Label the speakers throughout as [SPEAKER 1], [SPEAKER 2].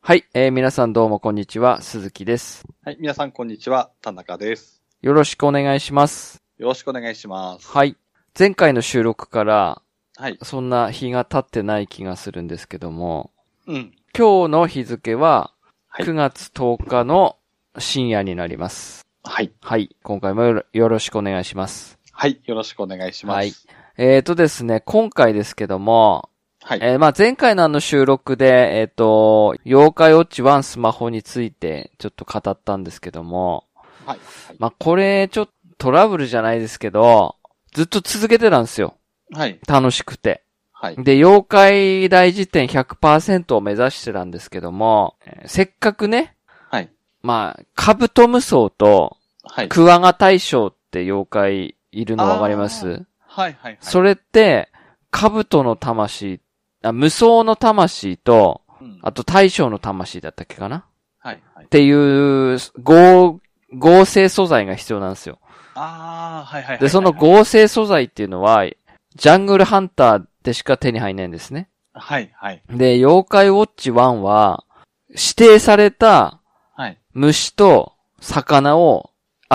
[SPEAKER 1] はい、えー皆さんどうもこんにちは、鈴木です。
[SPEAKER 2] はい、皆さんこんにちは、田中です。
[SPEAKER 1] よろしくお願いします。
[SPEAKER 2] よろしくお願いします。
[SPEAKER 1] はい。前回の収録から、
[SPEAKER 2] はい。
[SPEAKER 1] そんな日が経ってない気がするんですけども、
[SPEAKER 2] うん。
[SPEAKER 1] 今日の日付は、
[SPEAKER 2] はい
[SPEAKER 1] 9月10日の深夜になります。
[SPEAKER 2] はい。
[SPEAKER 1] はい、今回もよろよろしくお願いします。
[SPEAKER 2] はい、よろしくお願いします。
[SPEAKER 1] はい。えーとですね、今回ですけども、
[SPEAKER 2] はい。
[SPEAKER 1] えーまあ前回のあの収録で、えっ、と、妖怪ウォッチ1スマホについてちょっと語ったんですけども、
[SPEAKER 2] はい。
[SPEAKER 1] まあ、これ、ちょっとトラブルじゃないですけど、ずっと続けてたんですよ。
[SPEAKER 2] はい。
[SPEAKER 1] 楽しくて。
[SPEAKER 2] はい。
[SPEAKER 1] で、妖怪大辞典100%を目指してたんですけども、えーせっかくね、
[SPEAKER 2] はい。
[SPEAKER 1] まあ、カブトムソウと
[SPEAKER 2] はい。
[SPEAKER 1] クワガ大将って妖怪いるのわかりま
[SPEAKER 2] あ
[SPEAKER 1] す
[SPEAKER 2] はい。はい。
[SPEAKER 1] それって、カブトの魂、あ無双の魂と、
[SPEAKER 2] うん、
[SPEAKER 1] あと大将の魂だったっけかな
[SPEAKER 2] はい。はい
[SPEAKER 1] っ。ていう、合、合成素材が必要なんですよ。
[SPEAKER 2] ああ、はい。はい。
[SPEAKER 1] で、その
[SPEAKER 2] 後。
[SPEAKER 1] 合成素材っていうのは、ジャングルハンターでしか手に入んないんですね。
[SPEAKER 2] はい。はい。
[SPEAKER 1] で、妖怪ウォッチ1は、指定された
[SPEAKER 2] はい。
[SPEAKER 1] 虫と魚を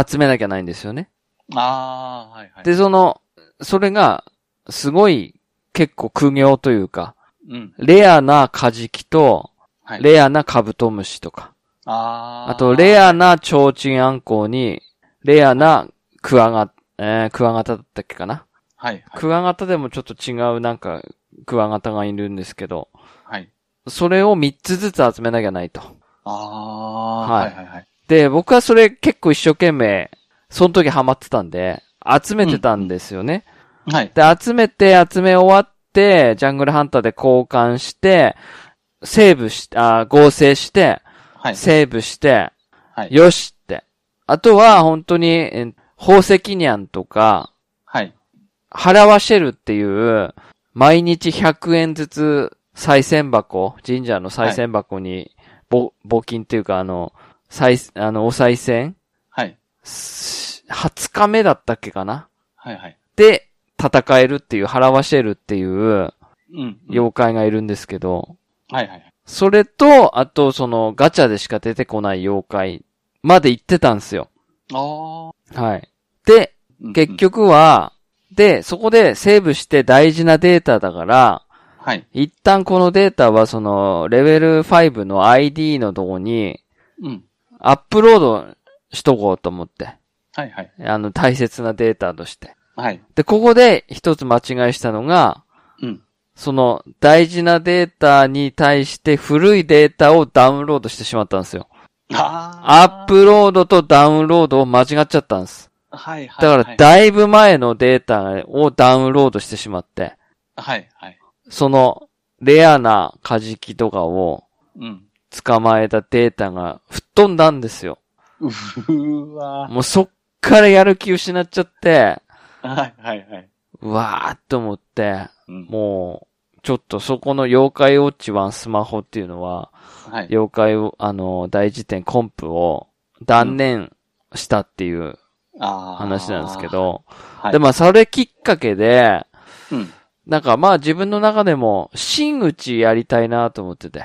[SPEAKER 1] 集めなきゃないんですよね。
[SPEAKER 2] ああ、はい。はい。
[SPEAKER 1] で、、その、それが、すごい、結構苦行というか、
[SPEAKER 2] うん。
[SPEAKER 1] レアなカジキと、
[SPEAKER 2] はい。
[SPEAKER 1] レアなカブトムシとか、
[SPEAKER 2] ああ。
[SPEAKER 1] あと、レアなチョウチンアンコウに、レアなクワガ、えークワガタだったっけかな
[SPEAKER 2] はい。はい。
[SPEAKER 1] クワガタでもちょっと違うなんか、クワガタがいるんですけど、
[SPEAKER 2] はい。
[SPEAKER 1] それを3つずつ集めなきゃないと。
[SPEAKER 2] ああ、
[SPEAKER 1] は
[SPEAKER 2] はいい。はい。はい。
[SPEAKER 1] で、僕はそれ結構一生懸命、その時ハマってたんで、集めてたんですよね。
[SPEAKER 2] はい。
[SPEAKER 1] で、集めて、集め終わって、ジャングルハンターで交換して、セーブし、あー合成して、
[SPEAKER 2] はい。
[SPEAKER 1] セーブして、
[SPEAKER 2] はい
[SPEAKER 1] よしって。あとは、本当に、え宝石ニャンとか、
[SPEAKER 2] はい。
[SPEAKER 1] ハラワシェルっていう、毎日100円ずつ、再銭箱、神社の再銭箱に、ぼ、募金っていうか、あの、再、あの、お再銭
[SPEAKER 2] はい。
[SPEAKER 1] す20日目だったっけかな
[SPEAKER 2] はい。はい。
[SPEAKER 1] で、戦えるっていう、ハラワシェルっていう、
[SPEAKER 2] うん。うん。
[SPEAKER 1] 妖怪がいるんですけど、
[SPEAKER 2] はい。はい。
[SPEAKER 1] それと、あと、その、ガチャでしか出てこない妖怪まで行ってたんですよ。
[SPEAKER 2] ああ。
[SPEAKER 1] はい。で、
[SPEAKER 2] うん
[SPEAKER 1] 結。局は、で、そこでセーブして大事なデータだから、
[SPEAKER 2] うんはい。
[SPEAKER 1] 一旦このデータはそのレベル5の ID のとこに
[SPEAKER 2] うん。
[SPEAKER 1] アップロードしとこうと思って。
[SPEAKER 2] はい。はい。
[SPEAKER 1] あの大切なデータとして。
[SPEAKER 2] はい。
[SPEAKER 1] で、ここで一つ間違いしたのが、
[SPEAKER 2] うん。
[SPEAKER 1] その大事なデータに対して古いデータをダウンロードしてしまったんですよ。
[SPEAKER 2] ああ。
[SPEAKER 1] アップロードとダウンロードを間違っちゃったんです。
[SPEAKER 2] はいはい。
[SPEAKER 1] だか
[SPEAKER 2] は
[SPEAKER 1] ら
[SPEAKER 2] い、
[SPEAKER 1] だいぶ前のデータをダウンロードしてしまって、
[SPEAKER 2] はい、はい。
[SPEAKER 1] そのレアなカジキとかを
[SPEAKER 2] うん。
[SPEAKER 1] 捕まえたデータが吹っ飛んだんですよ。
[SPEAKER 2] うーわ
[SPEAKER 1] もうそっからやる気失っちゃって、
[SPEAKER 2] ー。はい、はい、はい。
[SPEAKER 1] うわーっと思って、
[SPEAKER 2] うん
[SPEAKER 1] もう、ちょっとそこの妖怪ウォッチ1スマホっていうのは、
[SPEAKER 2] はい。
[SPEAKER 1] 妖怪を、あの、大辞典コンプを断念したっていう
[SPEAKER 2] あー
[SPEAKER 1] 話なんですけ。ど、
[SPEAKER 2] はい。
[SPEAKER 1] で、まあそれきっかけで、
[SPEAKER 2] うん。
[SPEAKER 1] なんかまあ自分の中でも、真打ちやりたいなと思ってて。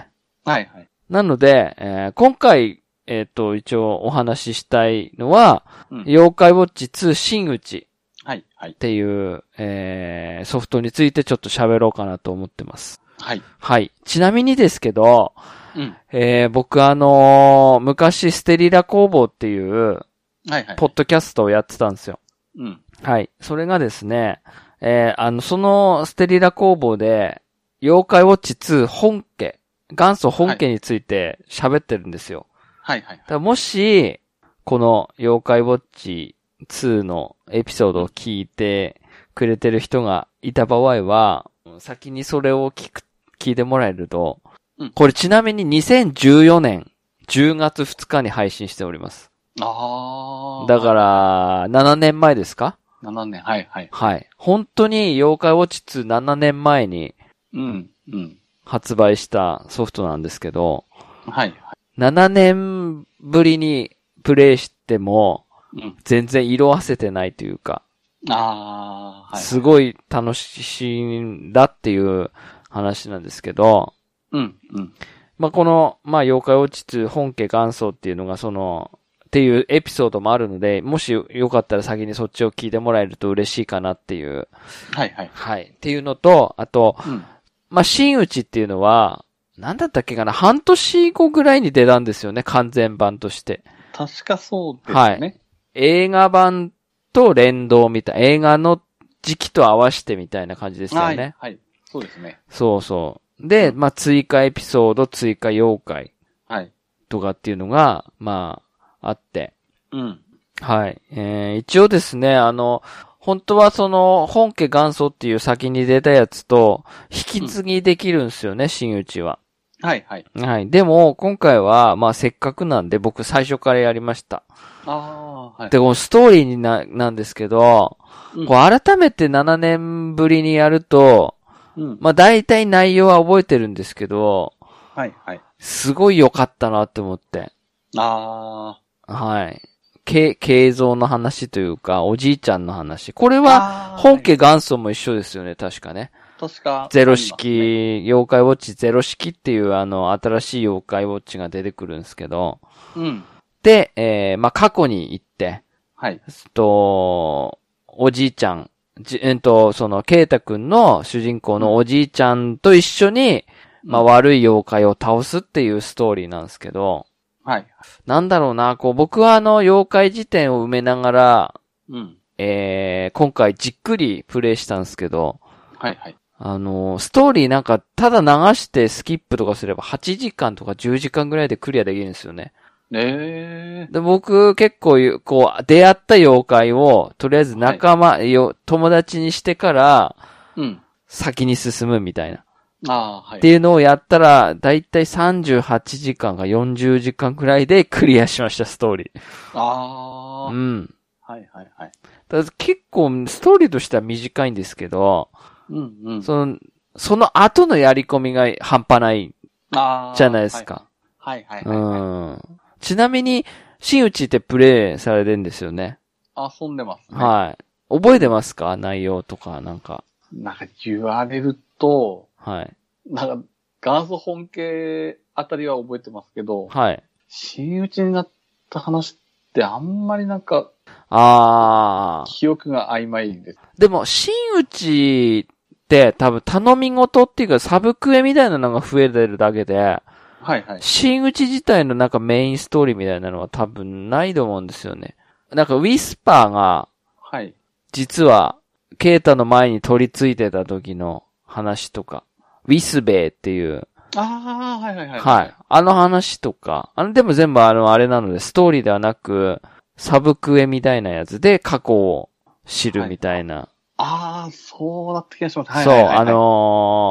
[SPEAKER 2] はい、はい。
[SPEAKER 1] なので、えー今回、えっ、と、一応お話ししたいのは、
[SPEAKER 2] うん
[SPEAKER 1] 妖怪ウォッチ2新内っ
[SPEAKER 2] はい、はい。
[SPEAKER 1] ていう、えー、ソフトについてちょっと喋ろうかなと思ってます。
[SPEAKER 2] はい。
[SPEAKER 1] はい。ちなみにですけど、
[SPEAKER 2] うん。
[SPEAKER 1] えー、僕あのー昔ステリラ工房っていう、
[SPEAKER 2] はい、はい。
[SPEAKER 1] ポッドキャストをやってたんですよ。
[SPEAKER 2] うん。
[SPEAKER 1] はい。それがですね、えー、あの、そのステリラ工房で、妖怪ウォッチ2本家、元祖本家について喋ってるんですよ。
[SPEAKER 2] はい、はい。
[SPEAKER 1] だからもし、この妖怪ウォッチ2のエピソードを聞いてくれてる人がいた場合は、先にそれを聞く、聞いてもらえると
[SPEAKER 2] うん、
[SPEAKER 1] これちなみに2014年10月2日に配信しております。
[SPEAKER 2] ああ。
[SPEAKER 1] だか。ら、7年前ですか
[SPEAKER 2] 7年、はい、はい。
[SPEAKER 1] はい。本当に妖怪ウォッチ27年前に
[SPEAKER 2] うん。うん。
[SPEAKER 1] 発売したソフトなんですけど、
[SPEAKER 2] はい、はい。
[SPEAKER 1] 7年ぶりにプレイしても、
[SPEAKER 2] うん。
[SPEAKER 1] 全然色あせてないというか、
[SPEAKER 2] ああ、はい。
[SPEAKER 1] すごい楽しいんだっていう話なんですけど、
[SPEAKER 2] うん、うん。
[SPEAKER 1] まあ、この、まあ、妖怪落ちつ本家元祖っていうのがその、っていうエピソードもあるので、もしよかったら先にそっちを聞いてもらえると嬉しいかなっていう、
[SPEAKER 2] はいはい。
[SPEAKER 1] はい。っていうのと、あと、
[SPEAKER 2] うん。
[SPEAKER 1] まあ、真打ちっていうのは、なんだったっけかな、半年後ぐらいに出たんですよね、完全版として。
[SPEAKER 2] 確かそうです
[SPEAKER 1] はい
[SPEAKER 2] ね。
[SPEAKER 1] 映画版と連動みたい、映画の時期と合わせてみたいな感じですよね。
[SPEAKER 2] はい。はい。そうですね。
[SPEAKER 1] そうそう。で、まあ、追加エピソード、追加妖怪
[SPEAKER 2] はい。
[SPEAKER 1] とかっていうのが、まあ、あって。
[SPEAKER 2] うん。
[SPEAKER 1] はい。えー、一応ですね、あの、本当はその、本家元祖っていう先に出たやつと、引き継ぎできるんですよね、真打ちは。
[SPEAKER 2] はいはい。
[SPEAKER 1] はい。でも、今回は、まあ、せっかくなんで、僕最初からやりました。
[SPEAKER 2] ああ、はい。
[SPEAKER 1] で、このストーリーにな、なんですけど、
[SPEAKER 2] うん
[SPEAKER 1] こう改めて7年ぶりにやると、
[SPEAKER 2] うん。
[SPEAKER 1] まあ、大体内容は覚えてるんですけど、
[SPEAKER 2] はいはい。
[SPEAKER 1] すごい良かったなって思って。
[SPEAKER 2] あ
[SPEAKER 1] はい。け、形像の話というか、おじいちゃんの話。これ
[SPEAKER 2] あ。
[SPEAKER 1] は、
[SPEAKER 2] あー
[SPEAKER 1] 本家元祖も一緒ですよね、確かね。
[SPEAKER 2] 確か。
[SPEAKER 1] ゼロ
[SPEAKER 2] あり
[SPEAKER 1] 式、妖怪ウォッチゼロ式っていうあの、新しい妖怪ウォッチが出てくるんですけど。
[SPEAKER 2] ますね。うん。
[SPEAKER 1] で、えー、まあ、過去に行って、
[SPEAKER 2] はい。
[SPEAKER 1] と、おじいちゃん、じ、えっと、その、ケイタくんの主人公のおじいちゃんと一緒に、まあ、
[SPEAKER 2] うん
[SPEAKER 1] 悪い妖怪を倒すっていうストーリーなんですけど、
[SPEAKER 2] はい。
[SPEAKER 1] なんだろうな、こう、僕はあの、妖怪辞典を埋めながら、
[SPEAKER 2] うん。
[SPEAKER 1] えー、今回じっくりプレイしたんですけど、
[SPEAKER 2] はいはい。
[SPEAKER 1] あの、ストーリーなんか、ただ流してスキップとかすれば8時間とか10時間ぐらいでクリアできるんですよね。
[SPEAKER 2] ええ。
[SPEAKER 1] で、僕結構ゆ、こう、出会った妖怪を、とりあえず仲間、よ友達にしてから、
[SPEAKER 2] うん。
[SPEAKER 1] 先に進むみたいな。
[SPEAKER 2] ああー、はい。
[SPEAKER 1] っていうのをやったら、だいたい38時間か40時間くらいでクリアしました、ストーリー。
[SPEAKER 2] あ
[SPEAKER 1] う
[SPEAKER 2] あ。
[SPEAKER 1] ん。
[SPEAKER 2] はいはいはい。
[SPEAKER 1] だから結構、ストーリーとしては短いんですけど、
[SPEAKER 2] うんうん。
[SPEAKER 1] その、その後のやり込みが半端ない
[SPEAKER 2] ああ。
[SPEAKER 1] じゃないですか。
[SPEAKER 2] はい。はいはいはい。
[SPEAKER 1] うん。ちなみに、新内ってプレイされてんですよね。
[SPEAKER 2] 遊んでますね。
[SPEAKER 1] はい。覚えてますか内容とか、なんか。
[SPEAKER 2] なんか言われると、
[SPEAKER 1] はい。
[SPEAKER 2] なんか、元祖本家あたりは覚えてますけど、
[SPEAKER 1] はい。
[SPEAKER 2] 真打ちになった話ってあんまりなんか
[SPEAKER 1] あー。
[SPEAKER 2] 記憶が曖昧です。
[SPEAKER 1] でも、新内って多分頼み事っていうかサブクエみたいなのが増えてるだけで、
[SPEAKER 2] はいはい。
[SPEAKER 1] 新内自体のなんかメインストーリーみたいなのは多分ないと思うんですよね。なんかウィスパーが、
[SPEAKER 2] はい。
[SPEAKER 1] 実は、ケイタの前に取り付いてた時の話とか、ウィスベイっていう、
[SPEAKER 2] ああ、はいはいはい。
[SPEAKER 1] はい。あの話とか、あの、でも全部あの、あれなので、ストーリーではなく、サブクエみたいなやつで過去を知るみたいな。
[SPEAKER 2] ああ、そうなって気がします。はい
[SPEAKER 1] そう、
[SPEAKER 2] はいはい、はい。
[SPEAKER 1] あ、の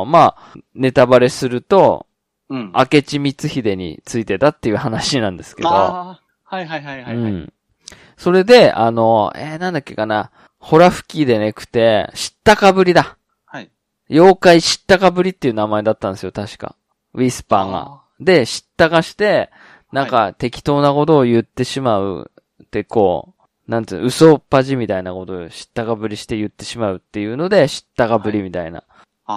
[SPEAKER 1] ーまあ、ネタバレすると、
[SPEAKER 2] うん。あ
[SPEAKER 1] 明智光秀についてたっていう話なんですけど、
[SPEAKER 2] あー、はいはいはいはい。
[SPEAKER 1] う
[SPEAKER 2] はい
[SPEAKER 1] ん。それで、あのーえー、なんだっけかな、ホラ吹きでなくて、知ったかぶりだ。
[SPEAKER 2] はい。
[SPEAKER 1] 妖怪知ったかぶりっていう名前だったんですよ、確か。ウィスパーが。
[SPEAKER 2] あ
[SPEAKER 1] で、知ったかして、なんか適当なことを言ってしまうってこう、なんつうの、嘘っぱじみたいなことを知ったかぶりして言ってしまうっていうので、知ったかぶりみたいな。
[SPEAKER 2] ー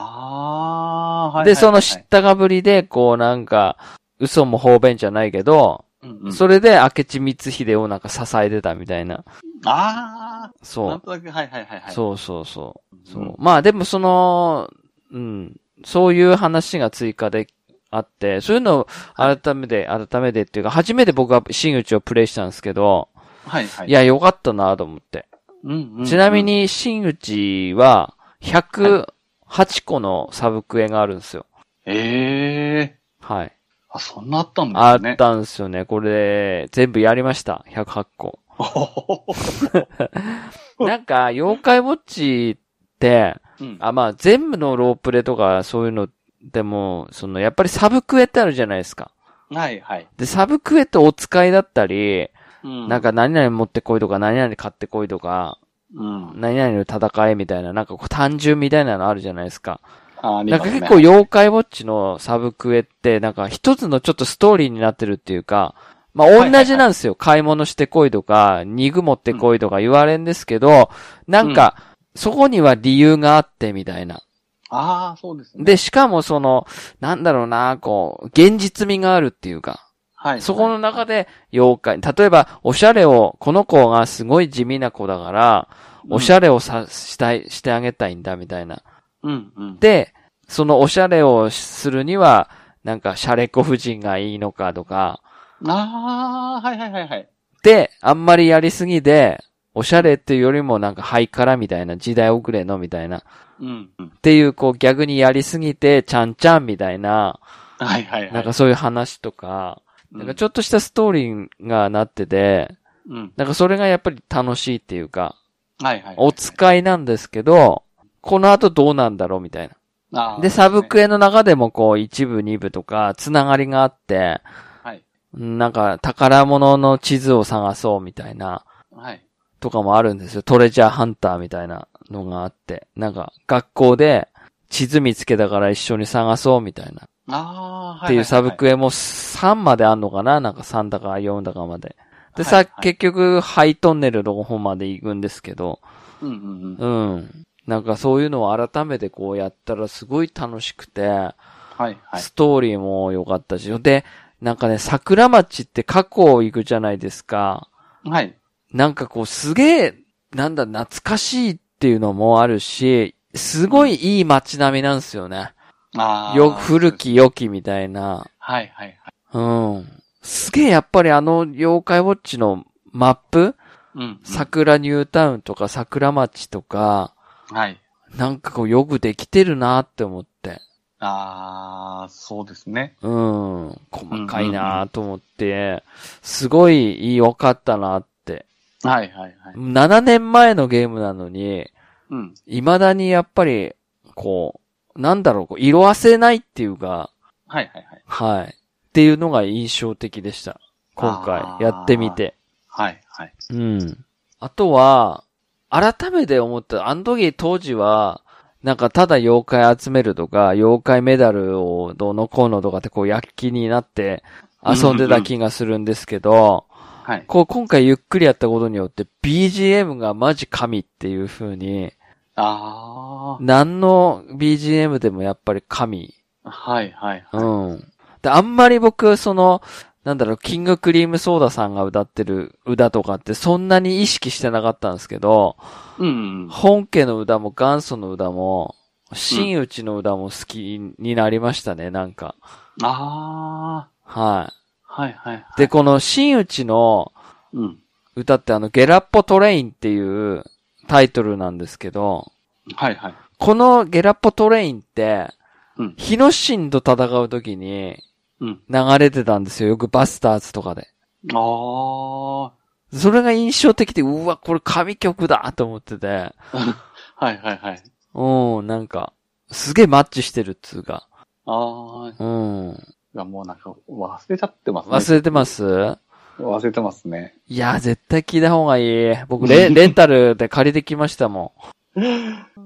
[SPEAKER 2] あー、はいはいはい。
[SPEAKER 1] で、その知ったかぶりで、こうなんか、嘘も方便じゃないけど、
[SPEAKER 2] うんうん、
[SPEAKER 1] それで明智光秀をなんか支えてたみたいな。
[SPEAKER 2] ああ、
[SPEAKER 1] そ
[SPEAKER 2] なん
[SPEAKER 1] う。
[SPEAKER 2] となく、はいはいはいはい。
[SPEAKER 1] そうそうそう。
[SPEAKER 2] うん。
[SPEAKER 1] そうまあでもその、うん、そういう話が追加であって、そういうのを改めて、改めてっていうか、初めて僕は真打ちをプレイしたんですけど、
[SPEAKER 2] はいはい。
[SPEAKER 1] い、や、良かったなと思って。
[SPEAKER 2] うんうんうん
[SPEAKER 1] ちなみ、に真打ちは、108個のサブクエがあるんですよ。
[SPEAKER 2] ええ
[SPEAKER 1] はい。
[SPEAKER 2] あ、そんなあったんで
[SPEAKER 1] あ
[SPEAKER 2] すね。
[SPEAKER 1] ったんですよね。これ、全部やりました。108個。
[SPEAKER 2] あった。
[SPEAKER 1] なんか、妖怪ウォッチって、
[SPEAKER 2] うん。
[SPEAKER 1] あ、まあ、全部のロープレとか、そういうの、でも、その、やっぱりサブクエってあるじゃないですか。
[SPEAKER 2] はいはい。
[SPEAKER 1] で、サブクエってお使いだったり、
[SPEAKER 2] うん
[SPEAKER 1] なん、か何々持ってこいとか、何々買ってこいとか、
[SPEAKER 2] うん。
[SPEAKER 1] 何々の戦いみたいな、なんかこう単純みたいなのあるじゃないですか。
[SPEAKER 2] ああり
[SPEAKER 1] なん
[SPEAKER 2] ま
[SPEAKER 1] か
[SPEAKER 2] すね。
[SPEAKER 1] 結構妖怪ウォッチのサブクエって、なんか一つのちょっとストーリーになってるっていうか、まあ
[SPEAKER 2] いはいは
[SPEAKER 1] 同
[SPEAKER 2] い
[SPEAKER 1] じなんですよ。買い物してこいとか、肉持ってこいとか言われんですけど、なんか、そこには理由があってみたいな。
[SPEAKER 2] ああ、そうですね。
[SPEAKER 1] で、しかもその、なんだろうな、こう、現実味があるっていうか、
[SPEAKER 2] はい。
[SPEAKER 1] そこの中
[SPEAKER 2] で、
[SPEAKER 1] で妖怪、例えば、おしゃれを、この子がすごい地味な子だから、おし
[SPEAKER 2] ゃ、
[SPEAKER 1] ゃれをさ、したい、してあげたいんだ、みたいな。
[SPEAKER 2] うん、うん。
[SPEAKER 1] で、そのおしゃれをするには、なんか、シャレコ夫人がいいのかとか、
[SPEAKER 2] ああ、はいはいはいはい。
[SPEAKER 1] で、あんまりやりすぎで、おしゃれっていうよりもなんかハイカラみたいな、時代遅れのみたいな。っ
[SPEAKER 2] うん、うん。
[SPEAKER 1] ていう、こう逆にやりすぎて、ちゃんちゃんみたいな、
[SPEAKER 2] はいはいはい。
[SPEAKER 1] なんかそういう話とか、
[SPEAKER 2] うん、
[SPEAKER 1] なんかちょっとしたストーリーがなってて、
[SPEAKER 2] うん。
[SPEAKER 1] なんかそれがやっぱり楽しいっていうか、
[SPEAKER 2] はいはい。
[SPEAKER 1] お使いなんですけど、この後どうなんだろうみたい
[SPEAKER 2] あ
[SPEAKER 1] な。
[SPEAKER 2] ー
[SPEAKER 1] で、サブクエの中でもこう、一部、二部とか、つながりがあって、
[SPEAKER 2] はい。
[SPEAKER 1] なんか宝物の地図を探そうみたいな、
[SPEAKER 2] はい。
[SPEAKER 1] とかもあるんですよ。トレジャーハンターみたいなのがあって。なんか、学校で地図見つけたから一緒に探そうみたいな。
[SPEAKER 2] ああ、
[SPEAKER 1] っ
[SPEAKER 2] は
[SPEAKER 1] て
[SPEAKER 2] いはいはい。
[SPEAKER 1] いうサブクエも3まであんのかななんか3だか4だかまで。で、
[SPEAKER 2] は
[SPEAKER 1] さ、
[SPEAKER 2] いはい
[SPEAKER 1] 結局、ハイトンネルの方まで行くんですけど、
[SPEAKER 2] うんうんうん。
[SPEAKER 1] うん。なんかそういうのを改めてこうやったらすごい楽しくて、
[SPEAKER 2] はいはい。
[SPEAKER 1] ストーリーも良かったし、で、なんかね、桜町って過去行くじゃないですか。
[SPEAKER 2] はい。
[SPEAKER 1] なんかこうすげえ、なんだ、懐かしいっていうのもあるし、すごいいい街並みなんですよね。
[SPEAKER 2] ああ。
[SPEAKER 1] よ、古。き良きみたいな。
[SPEAKER 2] はいはいはい。
[SPEAKER 1] うん。すげえやっぱりあの妖怪ウォッチのマップ、
[SPEAKER 2] うんうん。
[SPEAKER 1] 桜ニュータウンとか桜町とか、
[SPEAKER 2] はい。
[SPEAKER 1] なんかこうよくできてるなって思って。
[SPEAKER 2] ああ、そうですね。
[SPEAKER 1] うん。細かいなと思って、すごい良かったなって。
[SPEAKER 2] はいはいはい。
[SPEAKER 1] 7年前のゲームなのに、
[SPEAKER 2] うん。
[SPEAKER 1] 未だにやっぱり、こう、なんだろう、こう色あせないっていうか、
[SPEAKER 2] はいはいはい。
[SPEAKER 1] はい。っていうのが印象的でした。今
[SPEAKER 2] あ
[SPEAKER 1] 回、
[SPEAKER 2] ー
[SPEAKER 1] やってみて。
[SPEAKER 2] はいはい。
[SPEAKER 1] うん。あとは、改めて思った、あの時当時は、なんかただ妖怪集めるとか、妖怪メダルをどうのこうのとかってこう躍起になって遊んでた気がするんですけど、
[SPEAKER 2] はい。
[SPEAKER 1] こう今回ゆっくりやったことによって BGM がマジ神っていう風に、
[SPEAKER 2] あ
[SPEAKER 1] 何の BGM でもやっぱり神。
[SPEAKER 2] あ。はいはいはい。
[SPEAKER 1] うん。で、あんまり僕、その、なんだろう、キングクリームソーダさんが歌ってる歌とかってそんなに意識してなかったんですけど、
[SPEAKER 2] うん。
[SPEAKER 1] 本家の歌も元祖の歌も、真打ちの歌も好きになりましたね、なんか。
[SPEAKER 2] ああ。
[SPEAKER 1] は
[SPEAKER 2] はいはいはい
[SPEAKER 1] い。。で、この真打ちの
[SPEAKER 2] うん。
[SPEAKER 1] 歌ってあの、ゲラッポトレインっていうタイトルなんですけど、
[SPEAKER 2] はいはい。
[SPEAKER 1] このゲラッポトレインって
[SPEAKER 2] うん、
[SPEAKER 1] 日の神と戦う時に
[SPEAKER 2] うん。
[SPEAKER 1] 流れてたんですよ。よくバスターズとかで。
[SPEAKER 2] ああ。は
[SPEAKER 1] それが印象的で、うわ、これ神曲だと思ってて、
[SPEAKER 2] いはいはい。
[SPEAKER 1] うん、なんか、すげえマッチしてるっつうか、
[SPEAKER 2] ああ。
[SPEAKER 1] うん。
[SPEAKER 2] いや、もうなんか忘れちゃってますね。
[SPEAKER 1] 忘れてます
[SPEAKER 2] 忘れてますね。
[SPEAKER 1] いや、絶対聞いた方がいい。僕、レ、レンタルで借りてきましたもん。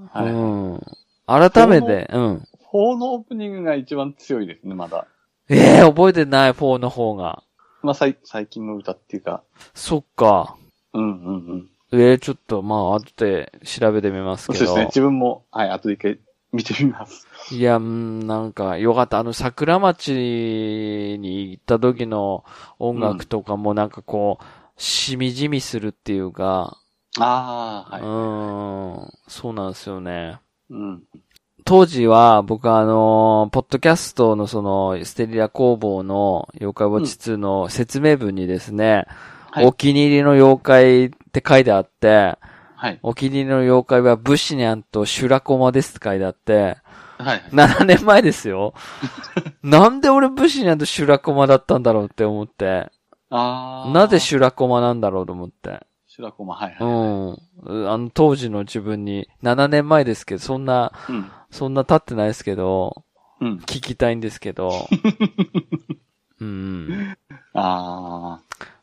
[SPEAKER 2] はい。
[SPEAKER 1] うん。改めて、うん。
[SPEAKER 2] 4のオープニングが一番強いですね、まだ。
[SPEAKER 1] ええ覚えてない、4の方が。
[SPEAKER 2] まあ、さい最近の歌っていうか。
[SPEAKER 1] そっか。
[SPEAKER 2] うんうんうん。
[SPEAKER 1] ええちょっと、まあ、後で調べてみます
[SPEAKER 2] そう
[SPEAKER 1] け
[SPEAKER 2] です
[SPEAKER 1] ど
[SPEAKER 2] ね。。自分も、はい、後で一回見てみます。
[SPEAKER 1] いや、うん、なんか、よかった。あの、桜町に行った時の音楽とかもなんかこう、しみじみするっていうか、
[SPEAKER 2] ああ、
[SPEAKER 1] う
[SPEAKER 2] は
[SPEAKER 1] ーん、そうなんですよね。
[SPEAKER 2] い。うん。
[SPEAKER 1] 当時は、僕はあのーポッドキャストのその、ステリア工房の妖怪ウォッチ2の説明文にですね、
[SPEAKER 2] はい
[SPEAKER 1] お気に入りの妖怪って書いてあって、
[SPEAKER 2] はい。
[SPEAKER 1] お気に入りの妖怪はブシニャンとシュラコマですって書いてあって、
[SPEAKER 2] はい。
[SPEAKER 1] 7年前です よ。なんで俺武士になるとシュラコマだったんだろうって思って。
[SPEAKER 2] ああ。
[SPEAKER 1] なぜシュラコマなんだろうと思って。
[SPEAKER 2] 白駒、はいは
[SPEAKER 1] う
[SPEAKER 2] い。
[SPEAKER 1] ん。あの当時の自分に、7年前ですけど、そんな、
[SPEAKER 2] うん。
[SPEAKER 1] そんな経ってないですけど、
[SPEAKER 2] うん。
[SPEAKER 1] 聞きたいんですけど。 うん。
[SPEAKER 2] ああ。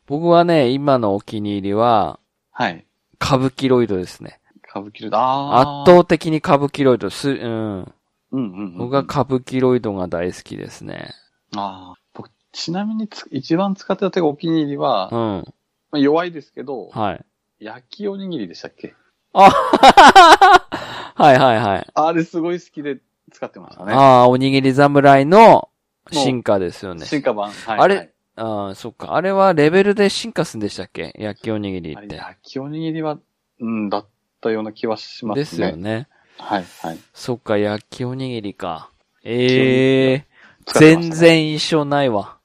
[SPEAKER 1] 僕はね、今のお気に入りは、
[SPEAKER 2] はい。
[SPEAKER 1] 歌舞伎ロイドですね。
[SPEAKER 2] 歌舞伎ルああ。
[SPEAKER 1] 圧。倒的に歌舞伎ロイド、す、うん。
[SPEAKER 2] うんうん、うん。
[SPEAKER 1] 僕は歌舞伎ロイドが大好きですね。
[SPEAKER 2] ああ。僕、ちなみにつ、一番使ってた手がお気に入りは、
[SPEAKER 1] う
[SPEAKER 2] ま
[SPEAKER 1] ん。
[SPEAKER 2] あ、弱いですけど、
[SPEAKER 1] はい。
[SPEAKER 2] 焼きおにぎりでしたっけ
[SPEAKER 1] はいはいはい。
[SPEAKER 2] あれすごい好きで、使ってましたね。
[SPEAKER 1] ああ、おにぎり侍の進化ですよね。
[SPEAKER 2] 進化版。はい、
[SPEAKER 1] あれ
[SPEAKER 2] はい
[SPEAKER 1] ああ、そっか。あれはレベルで進化するんでしたっけ焼きおにぎり
[SPEAKER 2] あ
[SPEAKER 1] っ
[SPEAKER 2] れ、
[SPEAKER 1] て。
[SPEAKER 2] 焼きおにぎりは、うん、だったような気はしますね。
[SPEAKER 1] ですよね。
[SPEAKER 2] はい、はい。
[SPEAKER 1] そっか、焼きおにぎりか。ええ
[SPEAKER 2] 使ってま
[SPEAKER 1] 全
[SPEAKER 2] したね。
[SPEAKER 1] 然印象ない わ。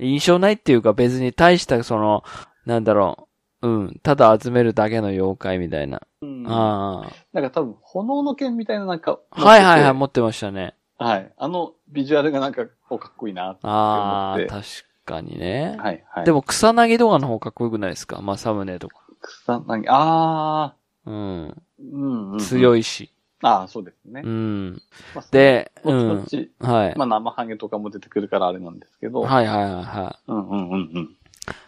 [SPEAKER 1] 印象ないっていうか別に大したその、なんだろう。うん。ただ集めるだけの妖怪みたいな。
[SPEAKER 2] うん
[SPEAKER 1] あ
[SPEAKER 2] なんか多分、炎の剣みたいななんか。
[SPEAKER 1] あ。はいはいはい、
[SPEAKER 2] 持って
[SPEAKER 1] 持ってましたね。
[SPEAKER 2] てはい。あのビジュアルがなんか、こうかっこいいな。
[SPEAKER 1] ああ、
[SPEAKER 2] 持って
[SPEAKER 1] 確かにね。
[SPEAKER 2] はい、はい。
[SPEAKER 1] で
[SPEAKER 2] も、
[SPEAKER 1] も草薙とかの方かっこよくないですかまあサムネとか。
[SPEAKER 2] 草薙、あ
[SPEAKER 1] うん。
[SPEAKER 2] ー、うん、うん。い。
[SPEAKER 1] 強いし。
[SPEAKER 2] ああ、そうですね
[SPEAKER 1] う。ん。
[SPEAKER 2] まあ、
[SPEAKER 1] で、う
[SPEAKER 2] 後々
[SPEAKER 1] ん。、はい。
[SPEAKER 2] まあ生ハゲとかも出てくるからあれなんですけど。
[SPEAKER 1] はいはいはいはい。
[SPEAKER 2] うんうんうんうん。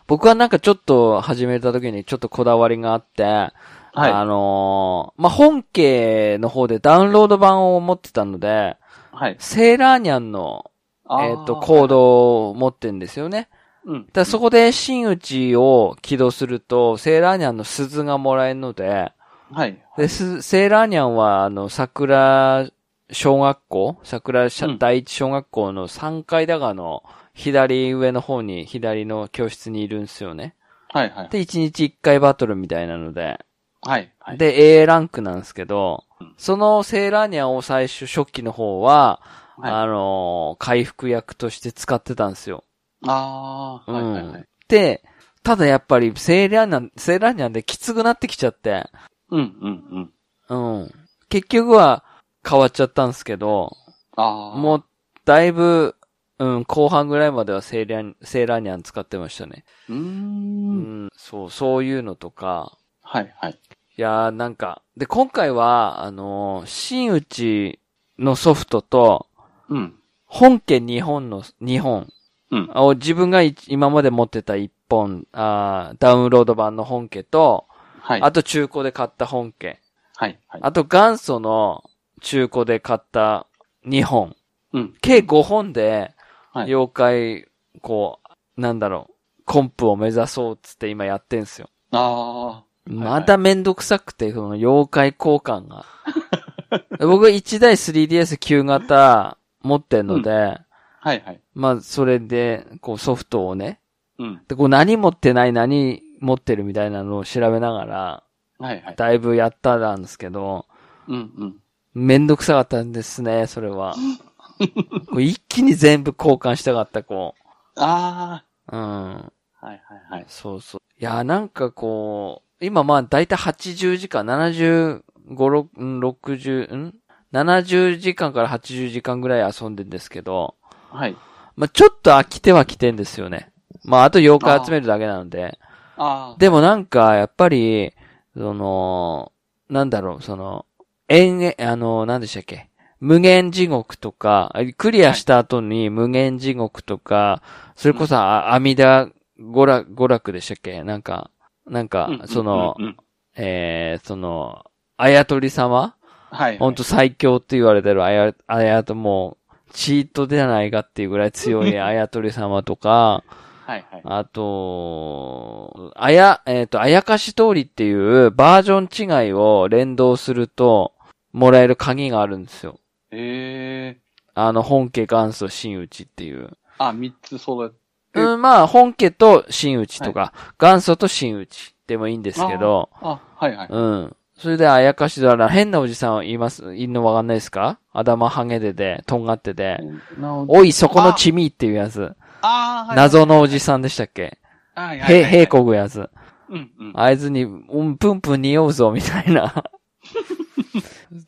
[SPEAKER 1] 僕はなんかちょっと始めた時にちょっとこだわりがあって、あ
[SPEAKER 2] はい。
[SPEAKER 1] のーまあ、本家の方でダウンロード版を持ってたので、
[SPEAKER 2] はい。
[SPEAKER 1] セーラーニャンの、
[SPEAKER 2] あー
[SPEAKER 1] えっ、と、コー。ドを持ってんですよね。
[SPEAKER 2] うん。
[SPEAKER 1] ただそこで真打ちを起動すると、セーラーニャンの鈴がもらえるので、
[SPEAKER 2] はい。
[SPEAKER 1] で、すセーラーニャンは、あの、桜小学校桜社
[SPEAKER 2] うん
[SPEAKER 1] 第一小学校の3階だがの、左上の方に、左の教室にいるんですよね。
[SPEAKER 2] はいはい。
[SPEAKER 1] で、1日1回バトルみたいなので、
[SPEAKER 2] はい。はい。
[SPEAKER 1] で、A ランクなんですけど
[SPEAKER 2] うん、
[SPEAKER 1] そのセーラーニャンを最初初期の方は、
[SPEAKER 2] はい
[SPEAKER 1] あのー回復薬として使ってたんですよ。
[SPEAKER 2] ああ、はいはいは
[SPEAKER 1] うん
[SPEAKER 2] い。
[SPEAKER 1] で、ただやっぱりセーラーニャン、セーラーニャンできつくなってきちゃって、
[SPEAKER 2] うんうんうん。
[SPEAKER 1] うん。結局は変わっちゃったんですけど、
[SPEAKER 2] ああ。
[SPEAKER 1] もうだいぶ、うん、後半ぐらいまではセーラーニャン、セーラーニャン使ってましたね。
[SPEAKER 2] う、うー。
[SPEAKER 1] うんん、そう、そういうのとか、
[SPEAKER 2] はいはい。
[SPEAKER 1] いやーなんか、で、今回は、あのー新内のソフトと、
[SPEAKER 2] うん。
[SPEAKER 1] 本家日本の、日本
[SPEAKER 2] うん。
[SPEAKER 1] を自分がい今まで持ってた一本、あーダウンロード版の本家と、
[SPEAKER 2] はい。
[SPEAKER 1] あと中古で買った本家、
[SPEAKER 2] はいはい。
[SPEAKER 1] あと元祖の中古で買った2本、
[SPEAKER 2] うん。
[SPEAKER 1] 計5本で、
[SPEAKER 2] はい
[SPEAKER 1] 妖怪、こう、なんだろう、コンプを目指そうっつって今やってんすよ。
[SPEAKER 2] あはいはい
[SPEAKER 1] まためんどくさくて、その妖怪交換 が。僕1台 3DS 旧型持ってんので、
[SPEAKER 2] あ。はいはい。
[SPEAKER 1] まあそれで、こうソフトをね、
[SPEAKER 2] うん。
[SPEAKER 1] で、こう何持ってない何持ってるみたいなのを調べながら、
[SPEAKER 2] はいはい。
[SPEAKER 1] だいぶやったんですけど、
[SPEAKER 2] うんうん。
[SPEAKER 1] めんどくさかったんですね、それは。こう一気に全部交換したかった、こ
[SPEAKER 2] あ
[SPEAKER 1] う。うん。
[SPEAKER 2] あ。はいはいはい。
[SPEAKER 1] そうそう。いやー、なんかこう、今まあ、だいたい80時間、75、6うん60、ん ?70 時間から80時間ぐらい遊んでんですけど、
[SPEAKER 2] はい。
[SPEAKER 1] まあ、ちょっと飽きては来てんですよね。まあ、あと8日集めるだけなので。
[SPEAKER 2] ああ。
[SPEAKER 1] でもなんか、やっぱり、その、なんだろう、その、延々、あの、なんでしたっけ。無限地獄とか、クリアした後に無限地獄とか、それこそ、あ阿弥陀娯楽、娯楽でしたっけなんか、なんか
[SPEAKER 2] うん、
[SPEAKER 1] その、
[SPEAKER 2] うんうんうん
[SPEAKER 1] えー、その、あやとり様
[SPEAKER 2] はいはい。
[SPEAKER 1] ほんと最強って言われてるあや、あやともう、チートではないかっていうぐらい強 いあやとり様とか、
[SPEAKER 2] はいはい。
[SPEAKER 1] あと、あや、えっ、と、あやかし通りっていうバージョン違いを連動すると、もらえる鍵があるんですよ。
[SPEAKER 2] ええ。
[SPEAKER 1] あの、本家元祖真打ちっていう。
[SPEAKER 2] あ、三つ揃ええ
[SPEAKER 1] うん、まあ、本家と真打ちとか、元祖と真打ちでもいいんですけど、
[SPEAKER 2] あ、はいはい。
[SPEAKER 1] うん。それで、あやかしだら、変なおじさんいます、いんのわかんないですか頭ハゲでて、とんがってて。
[SPEAKER 2] なお
[SPEAKER 1] おい、そこのチミーっていうやつ。
[SPEAKER 2] ああ、
[SPEAKER 1] 謎のおじさんでしたっけ
[SPEAKER 2] はいはいはい。
[SPEAKER 1] へ、へいこぐやつ。
[SPEAKER 2] うんうん。
[SPEAKER 1] 会津に、うん、プンプン匂うぞ、みたいな、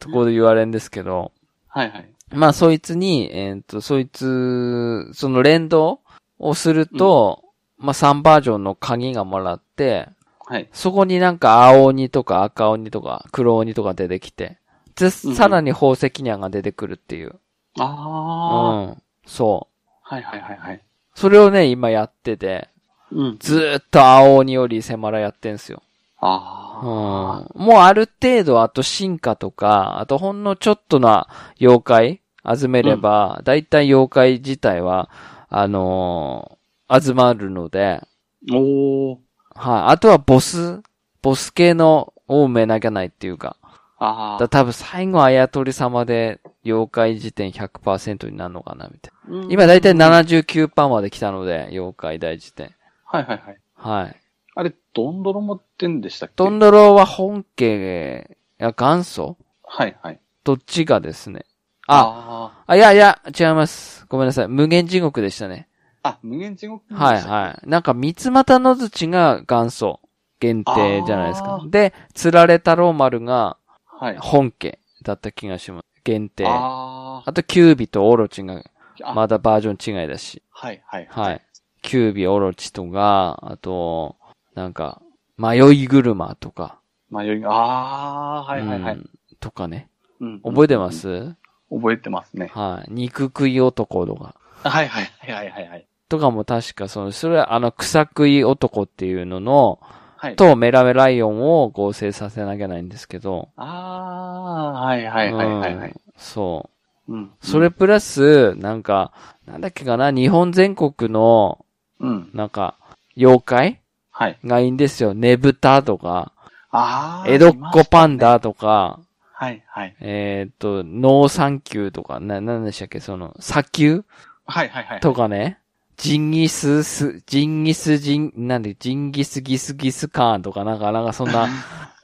[SPEAKER 1] ところで言われるんですけど、
[SPEAKER 2] はいはい。
[SPEAKER 1] まあ、そいつに、えーっと、そいつ、その連動をすると、まあ、3バージョンの鍵がもらって、
[SPEAKER 2] はい。
[SPEAKER 1] そこになんか青鬼とか赤鬼とか黒鬼とか出てきて、で、
[SPEAKER 2] うん
[SPEAKER 1] さらに宝石ニャンが出てくるっていう。う
[SPEAKER 2] ああ。
[SPEAKER 1] ん。そ
[SPEAKER 2] はいはいはいはい。
[SPEAKER 1] う。それをね、今やってて、
[SPEAKER 2] うん。
[SPEAKER 1] ずーっと青鬼より迫らやってんすよ。うん
[SPEAKER 2] あ
[SPEAKER 1] もうある程度、あと進化とか、あとほんのちょっとな妖怪集めれば、だいたい妖怪自体は、あのー集まるので、
[SPEAKER 2] あ。おお。
[SPEAKER 1] はい、あとはボス、ボス系のを埋めなきゃないっていうか、
[SPEAKER 2] あ
[SPEAKER 1] だから多
[SPEAKER 2] あ。
[SPEAKER 1] 分最後あやとり様で、妖怪辞典100%になるのかな、みたいな。今だいたい
[SPEAKER 2] はい
[SPEAKER 1] 79%まで来たので、妖怪大辞典。
[SPEAKER 2] はいはい。
[SPEAKER 1] はい。
[SPEAKER 2] あれ、ドンドロ持ってんでしたっけ
[SPEAKER 1] ドンドロは本家、いや、元祖
[SPEAKER 2] はいはい。
[SPEAKER 1] どっちがですね。あ、
[SPEAKER 2] あ
[SPEAKER 1] あ、いやいや、違います。ごめんなさい。無限地獄でしたね。
[SPEAKER 2] あ。あ、無限地獄
[SPEAKER 1] はいはい。なんか、三つ股野槌が元祖限定じゃないですか
[SPEAKER 2] あ。ー
[SPEAKER 1] で、つられ太郎丸が
[SPEAKER 2] い。はい。
[SPEAKER 1] 本家だった気がします。限定。あ
[SPEAKER 2] あ
[SPEAKER 1] と、キュービとオロチが、
[SPEAKER 2] あ。
[SPEAKER 1] まだバージョン違いだし。
[SPEAKER 2] はいはい。
[SPEAKER 1] はい。キュービ、オロチとか、あと、なんか、迷い車とか。
[SPEAKER 2] 迷いが、ああ、はいはいは
[SPEAKER 1] う
[SPEAKER 2] い。
[SPEAKER 1] んとかね。
[SPEAKER 2] うん
[SPEAKER 1] 覚えてます、
[SPEAKER 2] 覚えてますね。
[SPEAKER 1] はい。肉食い男とか。
[SPEAKER 2] はいはいはいはいはい。
[SPEAKER 1] とかも確か、その、それはあの、草食い男っていうのの、
[SPEAKER 2] はい。
[SPEAKER 1] と、メラメライオンを合成させなきゃいけないんですけど。
[SPEAKER 2] ああー、はいはいはいはいはい。
[SPEAKER 1] うんそ
[SPEAKER 2] うん。
[SPEAKER 1] う。それ、プラス、なんか、なんだっけかな、日本全国の、
[SPEAKER 2] うん。
[SPEAKER 1] なんか、妖怪
[SPEAKER 2] はい。
[SPEAKER 1] がいいんですよ。ねぶたとか、
[SPEAKER 2] ああ。
[SPEAKER 1] 江戸っ
[SPEAKER 2] いま
[SPEAKER 1] 子
[SPEAKER 2] した
[SPEAKER 1] パンダとか、
[SPEAKER 2] はいはい。
[SPEAKER 1] えーっと、農産級とか、な、なんでしたっけ、その、砂丘
[SPEAKER 2] はいはいはい。
[SPEAKER 1] とかね、ジンギスス、ジンギスジン、なんで、ジンギスギスギスカーンとか、なんか、なんかそんな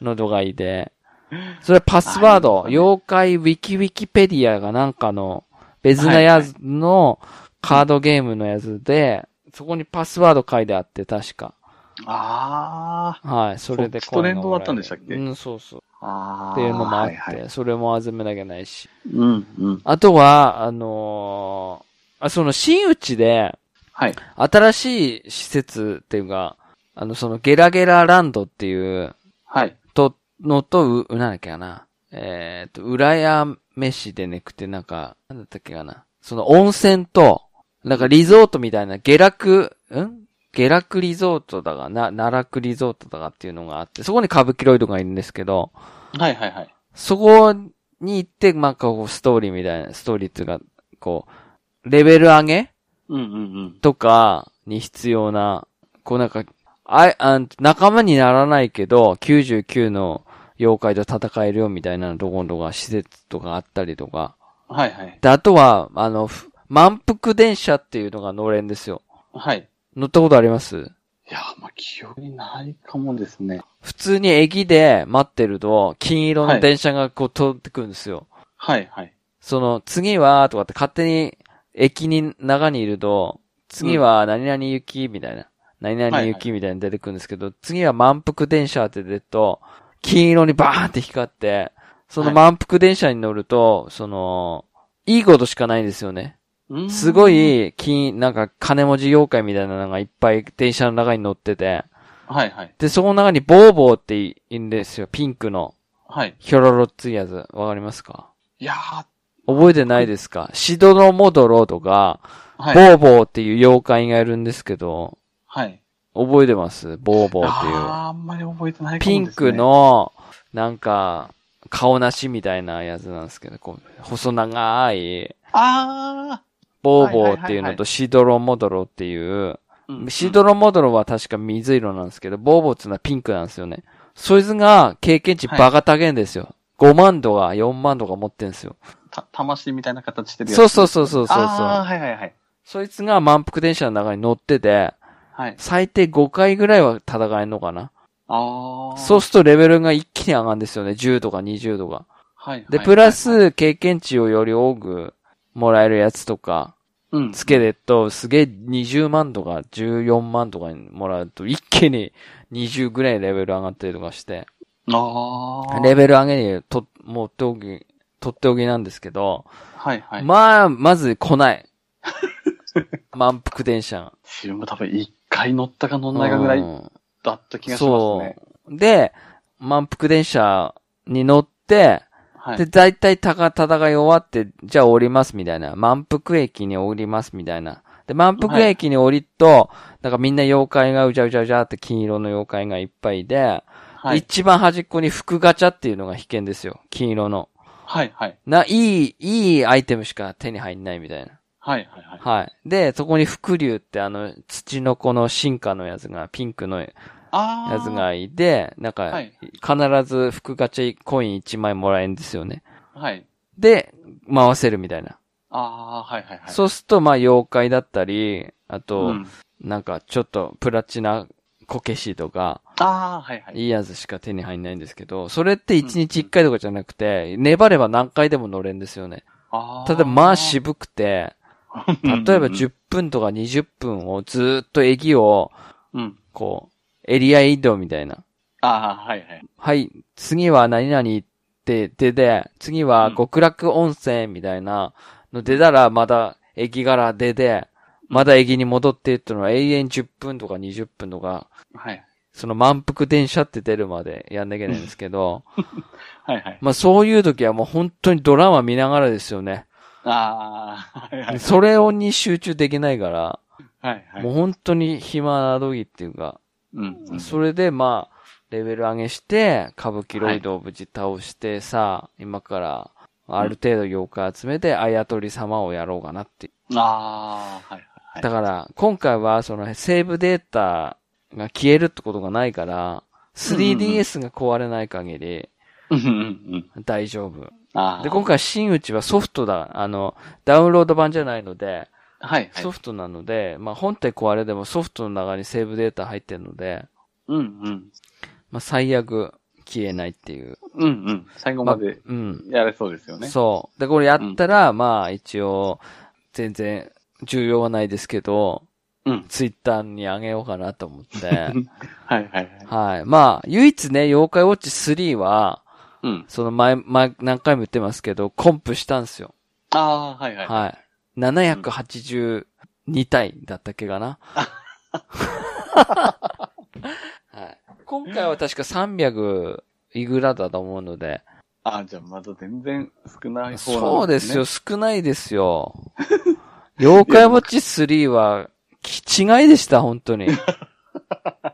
[SPEAKER 1] のとがい て、それパスワード、
[SPEAKER 2] ありましたね
[SPEAKER 1] 妖怪ウィキウィキペディアがなんかの、別なやつのカードゲームのやつで、そこにパスワード書いてあって、確か。
[SPEAKER 2] あ
[SPEAKER 1] はい、それで
[SPEAKER 2] そっちと
[SPEAKER 1] こういうの
[SPEAKER 2] 連動だったんでしたっけ
[SPEAKER 1] うん、そうそう。
[SPEAKER 2] あ。ああ。
[SPEAKER 1] っていうのもあって、
[SPEAKER 2] はいはい
[SPEAKER 1] それも集めなきゃないし。
[SPEAKER 2] うんうん。
[SPEAKER 1] あとは、あのーあ、その、新内で、
[SPEAKER 2] はい。
[SPEAKER 1] 新しい施設っていうか、あの、その、ゲラゲラランドっていう、
[SPEAKER 2] はい。
[SPEAKER 1] と、のと、う、なんだっけかな。えーっと、浦屋飯でねくて、なんか、なんだったっけかな。その、温泉と、なんかリゾートみたいな、下落、ん下落リゾートだが、な、奈落リゾートだがっていうのがあって、そこに歌舞伎ロイドがいるんですけど、
[SPEAKER 2] はいはいはい。
[SPEAKER 1] そこに行って、まあ、こう、ストーリーみたいな、ストーリーっていうか、こう、レベル上げ
[SPEAKER 2] うんうんうん。
[SPEAKER 1] とかに必要な、こうなんか、あい、あん仲間にならないけど、99の妖怪と戦えるよみたいなところとか、施設とかあったりとか。
[SPEAKER 2] はいはい。
[SPEAKER 1] で、あとは、あの、ふ満腹電車っていうのが乗れんですよ。
[SPEAKER 2] はい。い
[SPEAKER 1] 乗ったことあります
[SPEAKER 2] や、まあ、記憶にないかもですね。
[SPEAKER 1] 普通に駅で待ってると、金色の電車がこう通ってくるんですよ。
[SPEAKER 2] はいはい。
[SPEAKER 1] その、次は、とかって勝手に、駅に、中にいると、次は、何々行き、みたいな。何々行き、みたいなの出てくるんですけど、次は満腹電車って出ると、金色にバーンって光って、その満腹電車に乗ると、その、いいことしかないんですよね。
[SPEAKER 2] うーん
[SPEAKER 1] すご。い、金、なんか、金持ち妖怪みたいなのがいっぱい電車の中に乗ってて、
[SPEAKER 2] はいはい。
[SPEAKER 1] で、その中にボーボーっていいんですよ。ピンクの、
[SPEAKER 2] はい。
[SPEAKER 1] ヒョロロっついやつ。わかりますか
[SPEAKER 2] いやー、
[SPEAKER 1] 覚えてないですかシドロモドロとか、
[SPEAKER 2] はい。
[SPEAKER 1] ボーボーっていう妖怪がいるんですけど、
[SPEAKER 2] はい。
[SPEAKER 1] 覚えてますボーボーっていう。
[SPEAKER 2] あーあんまり覚えてないかもです、
[SPEAKER 1] ピン
[SPEAKER 2] ね。
[SPEAKER 1] ク。の、なんか、顔なしみたいなやつなんですけど、こう、細長い、
[SPEAKER 2] あ
[SPEAKER 1] ボーボーっていうの
[SPEAKER 2] はいはいはいは
[SPEAKER 1] とシドロモドロっていう、
[SPEAKER 2] あ
[SPEAKER 1] シドロモドロは確か水色なんですけど、ボーボーっていうのはピンクなんですよね。そいつが経験値バカ高いんですよ。5万とか4万とか持ってんですよ。
[SPEAKER 2] た、魂みたいな形してるやつ。
[SPEAKER 1] そうそうそうそうそうそう。
[SPEAKER 2] ああ、はいはいはい。
[SPEAKER 1] そいつが満腹電車の中に乗ってて、
[SPEAKER 2] はい。
[SPEAKER 1] 最低5回ぐらいは戦えんのかな。
[SPEAKER 2] ああ。
[SPEAKER 1] そうするとレベルが一気に上がるんですよね。10とか20とか。
[SPEAKER 2] はいはい。
[SPEAKER 1] で、プラ
[SPEAKER 2] はいはい、
[SPEAKER 1] ス経験値をより多くもらえるやつとか、
[SPEAKER 2] うん。
[SPEAKER 1] つけてると、すげえ20万とか14万とかにもらうと、一気に20ぐらいレベル上がったりとかして、
[SPEAKER 2] ああ。
[SPEAKER 1] レベル上げにと、もうっておき、とっておきなんですけど、
[SPEAKER 2] はいはい。
[SPEAKER 1] まあ、まず来 ない。満腹電車が。
[SPEAKER 2] 自分も多分一回乗ったか乗んないかぐら
[SPEAKER 1] う
[SPEAKER 2] い
[SPEAKER 1] ん
[SPEAKER 2] だった気がしますね。
[SPEAKER 1] そう。で、満腹電車に乗って、
[SPEAKER 2] はい。
[SPEAKER 1] で、大体たか戦い終わって、じゃあ降りますみたいな。満腹駅に降りますみたいな。で、満腹駅に降りると、なんかみんな妖怪がうじゃうじゃうじゃって金色の妖怪がいっぱいで、
[SPEAKER 2] はい。
[SPEAKER 1] 一番端っこに服ガチャっていうのが危険ですよ。金色の。
[SPEAKER 2] はいはい。
[SPEAKER 1] な、いい、いいアイテムしか手に入んないみたいな。
[SPEAKER 2] はいはいはい。
[SPEAKER 1] はい。で、そこに福竜ってあの、土の子の進化のやつがピンクの
[SPEAKER 2] ああ。
[SPEAKER 1] やつがいて、なん
[SPEAKER 2] は
[SPEAKER 1] か、
[SPEAKER 2] い。
[SPEAKER 1] 必ず福ガチャコイン1枚もらえるんですよね。
[SPEAKER 2] はい。
[SPEAKER 1] で、回せるみたいな。
[SPEAKER 2] ああー、はいはいはい。
[SPEAKER 1] そうすると、まあ、妖怪だったり、あと、
[SPEAKER 2] うん
[SPEAKER 1] なんか、ちょっと、プラチナこけしとか、
[SPEAKER 2] ああ、はいはい。
[SPEAKER 1] いいやつしか手に入んないんですけど、それって1日1回とかじゃなくて、粘れば何回でも乗れるんですよね。
[SPEAKER 2] ああ。
[SPEAKER 1] ただ、まあ、渋くて、例えば10分とか20分をずーっと駅を、
[SPEAKER 2] うん。うん。
[SPEAKER 1] こう、エリア移動みたいな。
[SPEAKER 2] ああ、はいはい。
[SPEAKER 1] はい、次は何々って出て、次は極楽温泉みたいなの出たら、まだ駅から出て、まだ駅に戻ってっていうのは永遠10分とか20分とか、
[SPEAKER 2] はい。
[SPEAKER 1] その満腹電車って出るまでやんなきゃいけないんですけど、
[SPEAKER 2] はいはい。
[SPEAKER 1] まあそういう時はもう本当にドラマ見ながらですよね。
[SPEAKER 2] ああ、はいはい。
[SPEAKER 1] それをに集中できないから、
[SPEAKER 2] はいはい。
[SPEAKER 1] もう本当に暇な時っていうか、
[SPEAKER 2] うんうん。
[SPEAKER 1] それでまあ、レベル上げして、歌舞伎ロイドを無事倒して、さあ、今から、ある程度妖怪集めて、あやとり様をやろうかなって。
[SPEAKER 2] ああ、はいはい。
[SPEAKER 1] だから、今回は、その、セーブデータが消えるってことがないから、3DS が壊れない限り、
[SPEAKER 2] うんうんうん。
[SPEAKER 1] 大丈夫。
[SPEAKER 2] ああ。
[SPEAKER 1] で、今回、新内はソフトだ、あの、ダウンロード版じゃないので、
[SPEAKER 2] はいはい
[SPEAKER 1] ソ。フトなので、まあ、本体壊れでもソフトの中にセーブデータ入ってるので、
[SPEAKER 2] うんうん。
[SPEAKER 1] まあ、最悪、消えないっていう。
[SPEAKER 2] うんうん。最後まで
[SPEAKER 1] あうん。
[SPEAKER 2] やれそうですよね。
[SPEAKER 1] そう。で、これやったら、まあ一応、全然重要はないですけど、
[SPEAKER 2] うん
[SPEAKER 1] ツイッターにあげようかなと思 って。
[SPEAKER 2] はいはいはい。
[SPEAKER 1] はい。まあ、唯一ね、妖怪ウォッチ3は、
[SPEAKER 2] うん。
[SPEAKER 1] その前、前、何回も言ってますけど、コンプしたんですよ。
[SPEAKER 2] ああー、はいはい。
[SPEAKER 1] はい。782体だったっけか な。はい。今回は確か300いくらだと思うので、
[SPEAKER 2] ああ、じゃあまだ全然少ない方
[SPEAKER 1] そ
[SPEAKER 2] な
[SPEAKER 1] うんで
[SPEAKER 2] ですね。
[SPEAKER 1] すよ、少ないです よ。妖怪ウォッチ3は、気違いでした、本 当に。うん。だか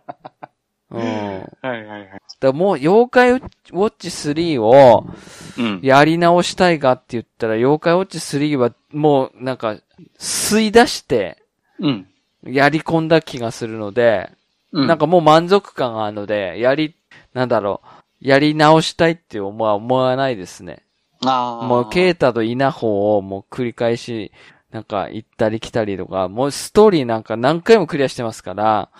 [SPEAKER 2] はいはいはい。
[SPEAKER 1] らもう、妖怪ウォッチ3を
[SPEAKER 2] うん。
[SPEAKER 1] やり直したいかって言ったら、妖怪ウォッチ3はもう、なんか、吸い出して、
[SPEAKER 2] うん。
[SPEAKER 1] やり込んだ気がするので、
[SPEAKER 2] う
[SPEAKER 1] なんか、もう満足感があるので、やり、なんだろう、やり直したいっていう思は思わないですね。
[SPEAKER 2] ああ。
[SPEAKER 1] もう、ケイタと稲穂をもう繰り返し、なんか行ったり来たりとか、もうストーリーなんか何回もクリアしてますから、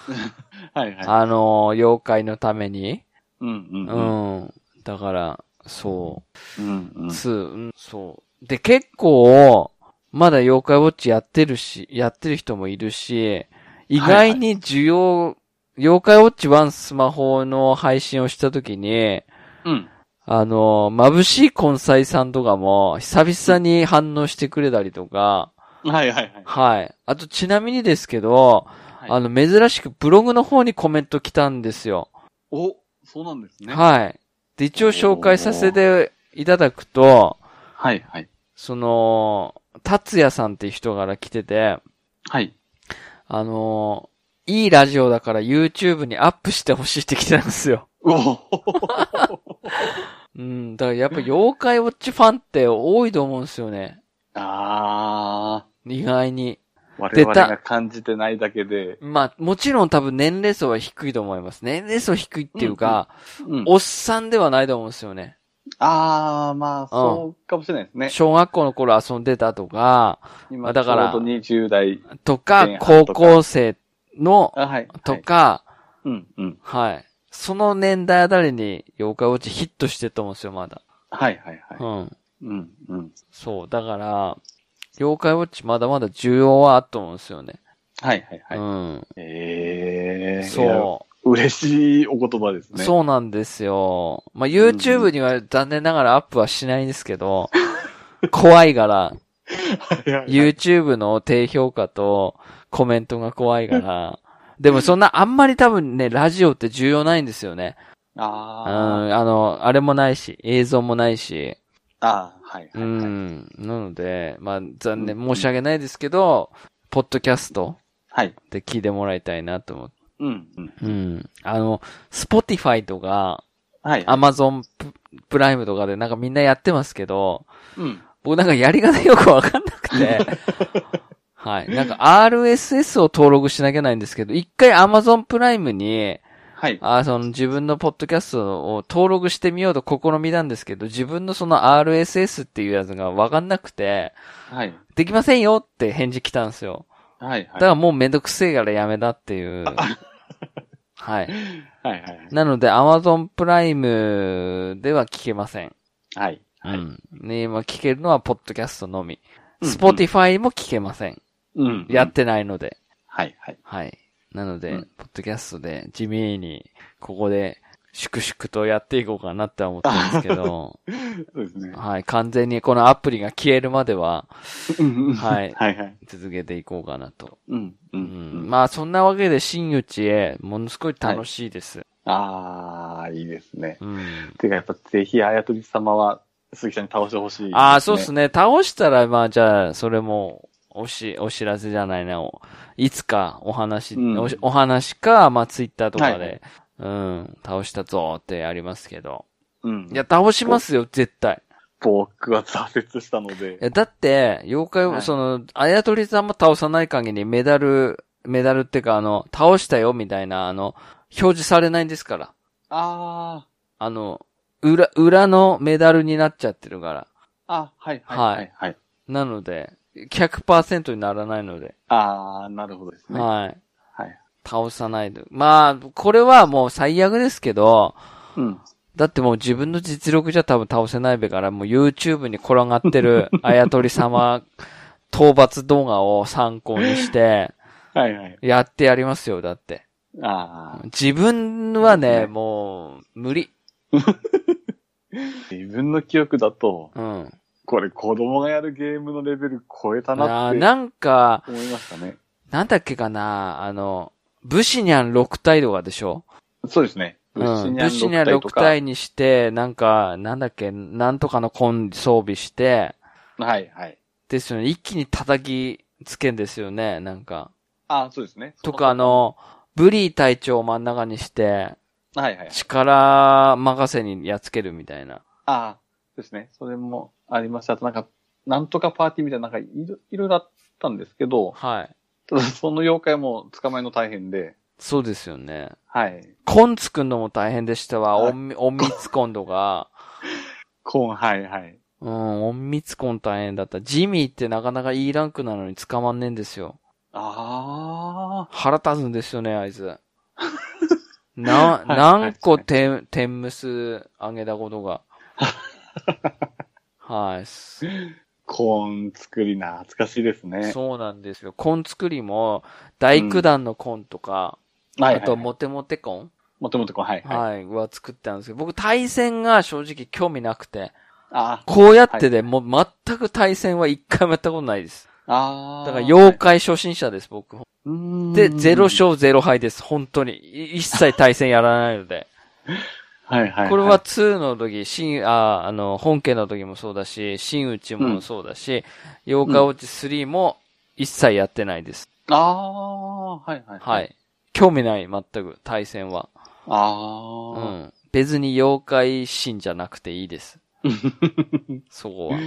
[SPEAKER 2] はいはい。
[SPEAKER 1] あのー妖怪のために。
[SPEAKER 2] うんう
[SPEAKER 1] うん
[SPEAKER 2] うん。
[SPEAKER 1] ん。だから、そ
[SPEAKER 2] うんう
[SPEAKER 1] う。
[SPEAKER 2] ん。
[SPEAKER 1] つうん、そう。で、結構、まだ妖怪ウォッチやってるし、やってる人もいるし、意外に需要、妖怪ウォッチ1スマホの配信をした時に、
[SPEAKER 2] うん。
[SPEAKER 1] あの、眩しい根菜さんとかも、久々に反応してくれたりとか、
[SPEAKER 2] はいはいはい。
[SPEAKER 1] はい。あと、ちなみにですけど、
[SPEAKER 2] はい
[SPEAKER 1] あの、珍しくブログの方にコメント来たんですよ。
[SPEAKER 2] お、そうなんですね。
[SPEAKER 1] はい。で、一応紹介させていただくと、
[SPEAKER 2] はいはい。
[SPEAKER 1] その、達也さんっていう人から来てて、
[SPEAKER 2] はい。
[SPEAKER 1] あの、いいラジオだから YouTube にアップしてほしいって来てたんですよ。
[SPEAKER 2] おお。
[SPEAKER 1] うん、だからやっぱ妖怪ウォッチファンって多いと思うんですよね。
[SPEAKER 2] ああ。
[SPEAKER 1] 意外に。
[SPEAKER 2] 我
[SPEAKER 1] 出
[SPEAKER 2] 々
[SPEAKER 1] た
[SPEAKER 2] が感じてないだけで。
[SPEAKER 1] まあ、もちろん多分年齢層は低いと思います。年齢層低いっていうか、
[SPEAKER 2] うん。
[SPEAKER 1] おっさんではないと思うんですよね。
[SPEAKER 2] ああ、まあ、そうかもしれないですね。
[SPEAKER 1] 小学校の頃遊んでたとか、
[SPEAKER 2] 今、
[SPEAKER 1] だ
[SPEAKER 2] だ
[SPEAKER 1] か
[SPEAKER 2] からら。ちょうど20代。
[SPEAKER 1] とか
[SPEAKER 2] 前、半
[SPEAKER 1] 高
[SPEAKER 2] とか
[SPEAKER 1] 校生の、
[SPEAKER 2] あ、はい。
[SPEAKER 1] と
[SPEAKER 2] はい。
[SPEAKER 1] か、
[SPEAKER 2] うん、うん。
[SPEAKER 1] はい。その年代あたりに妖怪ウォッチヒットしてると思うんですよ、まだ。
[SPEAKER 2] はい、はい、はい。
[SPEAKER 1] うん。
[SPEAKER 2] うん、うん。
[SPEAKER 1] そう。だから、妖怪ウォッチまだまだ重要はあると思うんですよね。
[SPEAKER 2] はい、はい、はい。
[SPEAKER 1] うん。
[SPEAKER 2] ええー。いや
[SPEAKER 1] そう。
[SPEAKER 2] 嬉しいお言葉ですね。
[SPEAKER 1] そうなんですよ。まあ、YouTube には残念ながらアップはしないんですけど、怖いから、
[SPEAKER 2] はいはいはい
[SPEAKER 1] YouTube の低評価とコメントが怖い から、でもそんなあんまり多分ね、ラジオって重要ないんですよね。うん、
[SPEAKER 2] あ
[SPEAKER 1] あの、あれもないし、映像もないし、
[SPEAKER 2] あ。ああ、はい、
[SPEAKER 1] う
[SPEAKER 2] はいはい。
[SPEAKER 1] ん、なので、まあ、残念、
[SPEAKER 2] うん
[SPEAKER 1] 申し訳ないですけど、ポッドキャスト
[SPEAKER 2] はい。
[SPEAKER 1] で聞いてもらいたいなと思って。
[SPEAKER 2] うん、うん。
[SPEAKER 1] うん。あの、Spotify とか、
[SPEAKER 2] はい。
[SPEAKER 1] アマゾンプライムとかでなんかみんなやってますけど、
[SPEAKER 2] うん。
[SPEAKER 1] 僕なんかやり方よくわかんなく て、はい。なんか RSS を登録しなきゃないんですけど、一回 Amazon プライムに、
[SPEAKER 2] はい。
[SPEAKER 1] あーその自分のポッドキャストを登録してみようと試みたんですけど、自分のその RSS っていうやつがわかんなくて、
[SPEAKER 2] はい。
[SPEAKER 1] できませんよって返事来たんですよ。
[SPEAKER 2] はい。
[SPEAKER 1] だか
[SPEAKER 2] は
[SPEAKER 1] らもうめんどくせえからやめたっていう。はい。
[SPEAKER 2] い。はい。はい。
[SPEAKER 1] なので Amazon プライムでは聞けません。
[SPEAKER 2] はい。は
[SPEAKER 1] う
[SPEAKER 2] い。
[SPEAKER 1] ん。ね、今聞けるのはポッドキャストのみ。
[SPEAKER 2] うん
[SPEAKER 1] Spotify も聞けません。
[SPEAKER 2] うん。
[SPEAKER 1] やってないので。
[SPEAKER 2] はい。はい。
[SPEAKER 1] はい。なので、
[SPEAKER 2] うん
[SPEAKER 1] ポッドキャストで地味に、ここで、粛々とやっていこうかなって思ってるんですけど、
[SPEAKER 2] そうですね。
[SPEAKER 1] はい。完全にこのアプリが消えるまでは、
[SPEAKER 2] うん
[SPEAKER 1] はい
[SPEAKER 2] はい。はい。
[SPEAKER 1] 続けていこうかなと。
[SPEAKER 2] うん。う
[SPEAKER 1] うんん。。まあ、そんなわけで、真打ちへ、ものすごい楽しいです。
[SPEAKER 2] ああ、いいですね。
[SPEAKER 1] うん。
[SPEAKER 2] てか、やっぱぜひ、あやとり様は、鈴木さんに倒してほしい、
[SPEAKER 1] ああ、そうです
[SPEAKER 2] ね。
[SPEAKER 1] ね。倒したら、まあ、じゃあ、それも、おし、お知らせじゃないな。おいつか、お話、
[SPEAKER 2] うん
[SPEAKER 1] おしお話か、まあ、ツイッターとか
[SPEAKER 2] はいは
[SPEAKER 1] で、うん、倒したぞーってありますけど。
[SPEAKER 2] うん。
[SPEAKER 1] いや、倒しますよ、絶対。
[SPEAKER 2] 僕は挫折したので
[SPEAKER 1] い。や、だって、妖怪、
[SPEAKER 2] はい
[SPEAKER 1] その、あやとりさんも倒さない限りメダル、メダルってか、あの、倒したよ、みたいな、あの、表示されないんですから。
[SPEAKER 2] あ
[SPEAKER 1] あの、裏、裏のメダルになっちゃってるから。
[SPEAKER 2] あ、あ、はい、はい、
[SPEAKER 1] はい
[SPEAKER 2] はい、はい。
[SPEAKER 1] なので、100%にならないので。
[SPEAKER 2] ああ、なるほどですね。は
[SPEAKER 1] はい。
[SPEAKER 2] い。
[SPEAKER 1] 倒さないで。まあ、これはもう最悪ですけど、
[SPEAKER 2] うん。
[SPEAKER 1] だってもう自分の実力じゃ多分倒せないべから、もう YouTube に転がってるあやとり様討伐動画を参考にして、
[SPEAKER 2] はい、はい。
[SPEAKER 1] やってやりますよ、だって。
[SPEAKER 2] ああ、
[SPEAKER 1] 自分は
[SPEAKER 2] です
[SPEAKER 1] ね、
[SPEAKER 2] ね
[SPEAKER 1] もう、無理。
[SPEAKER 2] 自分の記憶だと、
[SPEAKER 1] うん。
[SPEAKER 2] これ子供がやるゲームのレベル超えたな
[SPEAKER 1] あ
[SPEAKER 2] って
[SPEAKER 1] なんか、
[SPEAKER 2] 思いましたね。
[SPEAKER 1] なんだっけかな、あの、武士にゃん6体とかでしょ
[SPEAKER 2] そうですね。
[SPEAKER 1] うん。武士にゃん
[SPEAKER 2] 六
[SPEAKER 1] 6体にして、なんか、なんだっけ、なんとかの根装備して、
[SPEAKER 2] はい、はい。
[SPEAKER 1] ですよね。一気に叩きつけんですよね、なんか。
[SPEAKER 2] ああ、そうですね。
[SPEAKER 1] とか、あの、ブリー隊長を真ん中にして、
[SPEAKER 2] はい、はい。
[SPEAKER 1] 力任せにやっつけるみたいな。
[SPEAKER 2] ああ、ですね。それもありました。あとなんか、なんとかパーティーみたいな、なんかいろ、いろいろあったんですけど、
[SPEAKER 1] はい。
[SPEAKER 2] ただその妖怪も捕まえるの大変で、
[SPEAKER 1] そうですよね。
[SPEAKER 2] はい。
[SPEAKER 1] コンつくんのも大変でしたわ。
[SPEAKER 2] はい
[SPEAKER 1] 隠隠密コンとか。
[SPEAKER 2] コーン、はい、はい。
[SPEAKER 1] うん、隠密コン大変だった。ジミーってなかなか E ランクなのに捕まんねえんですよ。
[SPEAKER 2] あ
[SPEAKER 1] 腹立つんですよね、あい つ。な、
[SPEAKER 2] はい
[SPEAKER 1] 何個天、天むすあげたこと が。はい。す
[SPEAKER 2] あ、コーン作りな、懐かしいですね。
[SPEAKER 1] そうなんですよ。コン作りも、大工団のコンとか、
[SPEAKER 2] はい、
[SPEAKER 1] あ
[SPEAKER 2] はいは
[SPEAKER 1] と、
[SPEAKER 2] い。も
[SPEAKER 1] モテモテコン
[SPEAKER 2] ともとコーン、はい、はい。
[SPEAKER 1] はい、は作ったんですけど、僕、対戦が正直興味なくて、
[SPEAKER 2] あ
[SPEAKER 1] こうやってで、もう全く対戦は一回もやったことないです。
[SPEAKER 2] あ、ああ。
[SPEAKER 1] だから、妖怪初心者です、僕。で、ゼロ勝ゼロ敗です、本当に。い一切対戦やらない ので。
[SPEAKER 2] はいはいはい。
[SPEAKER 1] これは2の時、新、あ、あの、本家の時もそうだし、新内もそうだし、妖怪ウォッチ3も一切やってないです。
[SPEAKER 2] ああ、はいはい。
[SPEAKER 1] は。い。興味ない、全く、対戦は。う
[SPEAKER 2] あ
[SPEAKER 1] ん。別に妖怪神じゃなくていいです。
[SPEAKER 2] あ。
[SPEAKER 1] そこは。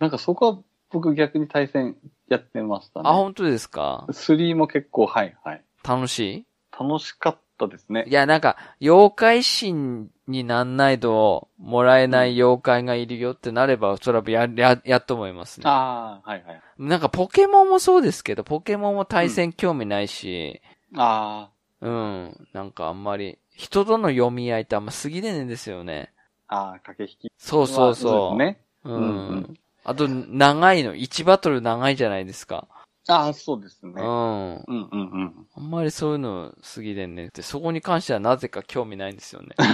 [SPEAKER 2] なんかそこは僕逆に対戦やってましたね。
[SPEAKER 1] あ、本当ですか
[SPEAKER 2] 3も結構、はいはい。
[SPEAKER 1] 楽し
[SPEAKER 2] 楽しかったですね
[SPEAKER 1] いい。や、なんか、妖怪神になんないと、もらえない妖怪がいるよってなれば、それはや、や、やっと思いますね。
[SPEAKER 2] ああ、はいはい。
[SPEAKER 1] なんか、ポケモンもそうですけど、ポケモンも対戦興味ないし、
[SPEAKER 2] あ
[SPEAKER 1] うん。なんかあんまり、人との読み合いってあんま過ぎねえんですよね。
[SPEAKER 2] あ、ああ、駆け引き
[SPEAKER 1] そう
[SPEAKER 2] は。
[SPEAKER 1] そうそう。
[SPEAKER 2] ですね。
[SPEAKER 1] う。
[SPEAKER 2] うんうん
[SPEAKER 1] あと、長いの、1バトル長いじゃないですか。
[SPEAKER 2] ああ、そうですね
[SPEAKER 1] う。ん。
[SPEAKER 2] うんうんうん。
[SPEAKER 1] あんまりそういうの過ぎでんねって、そこに関してはなぜか興味ないんですよね。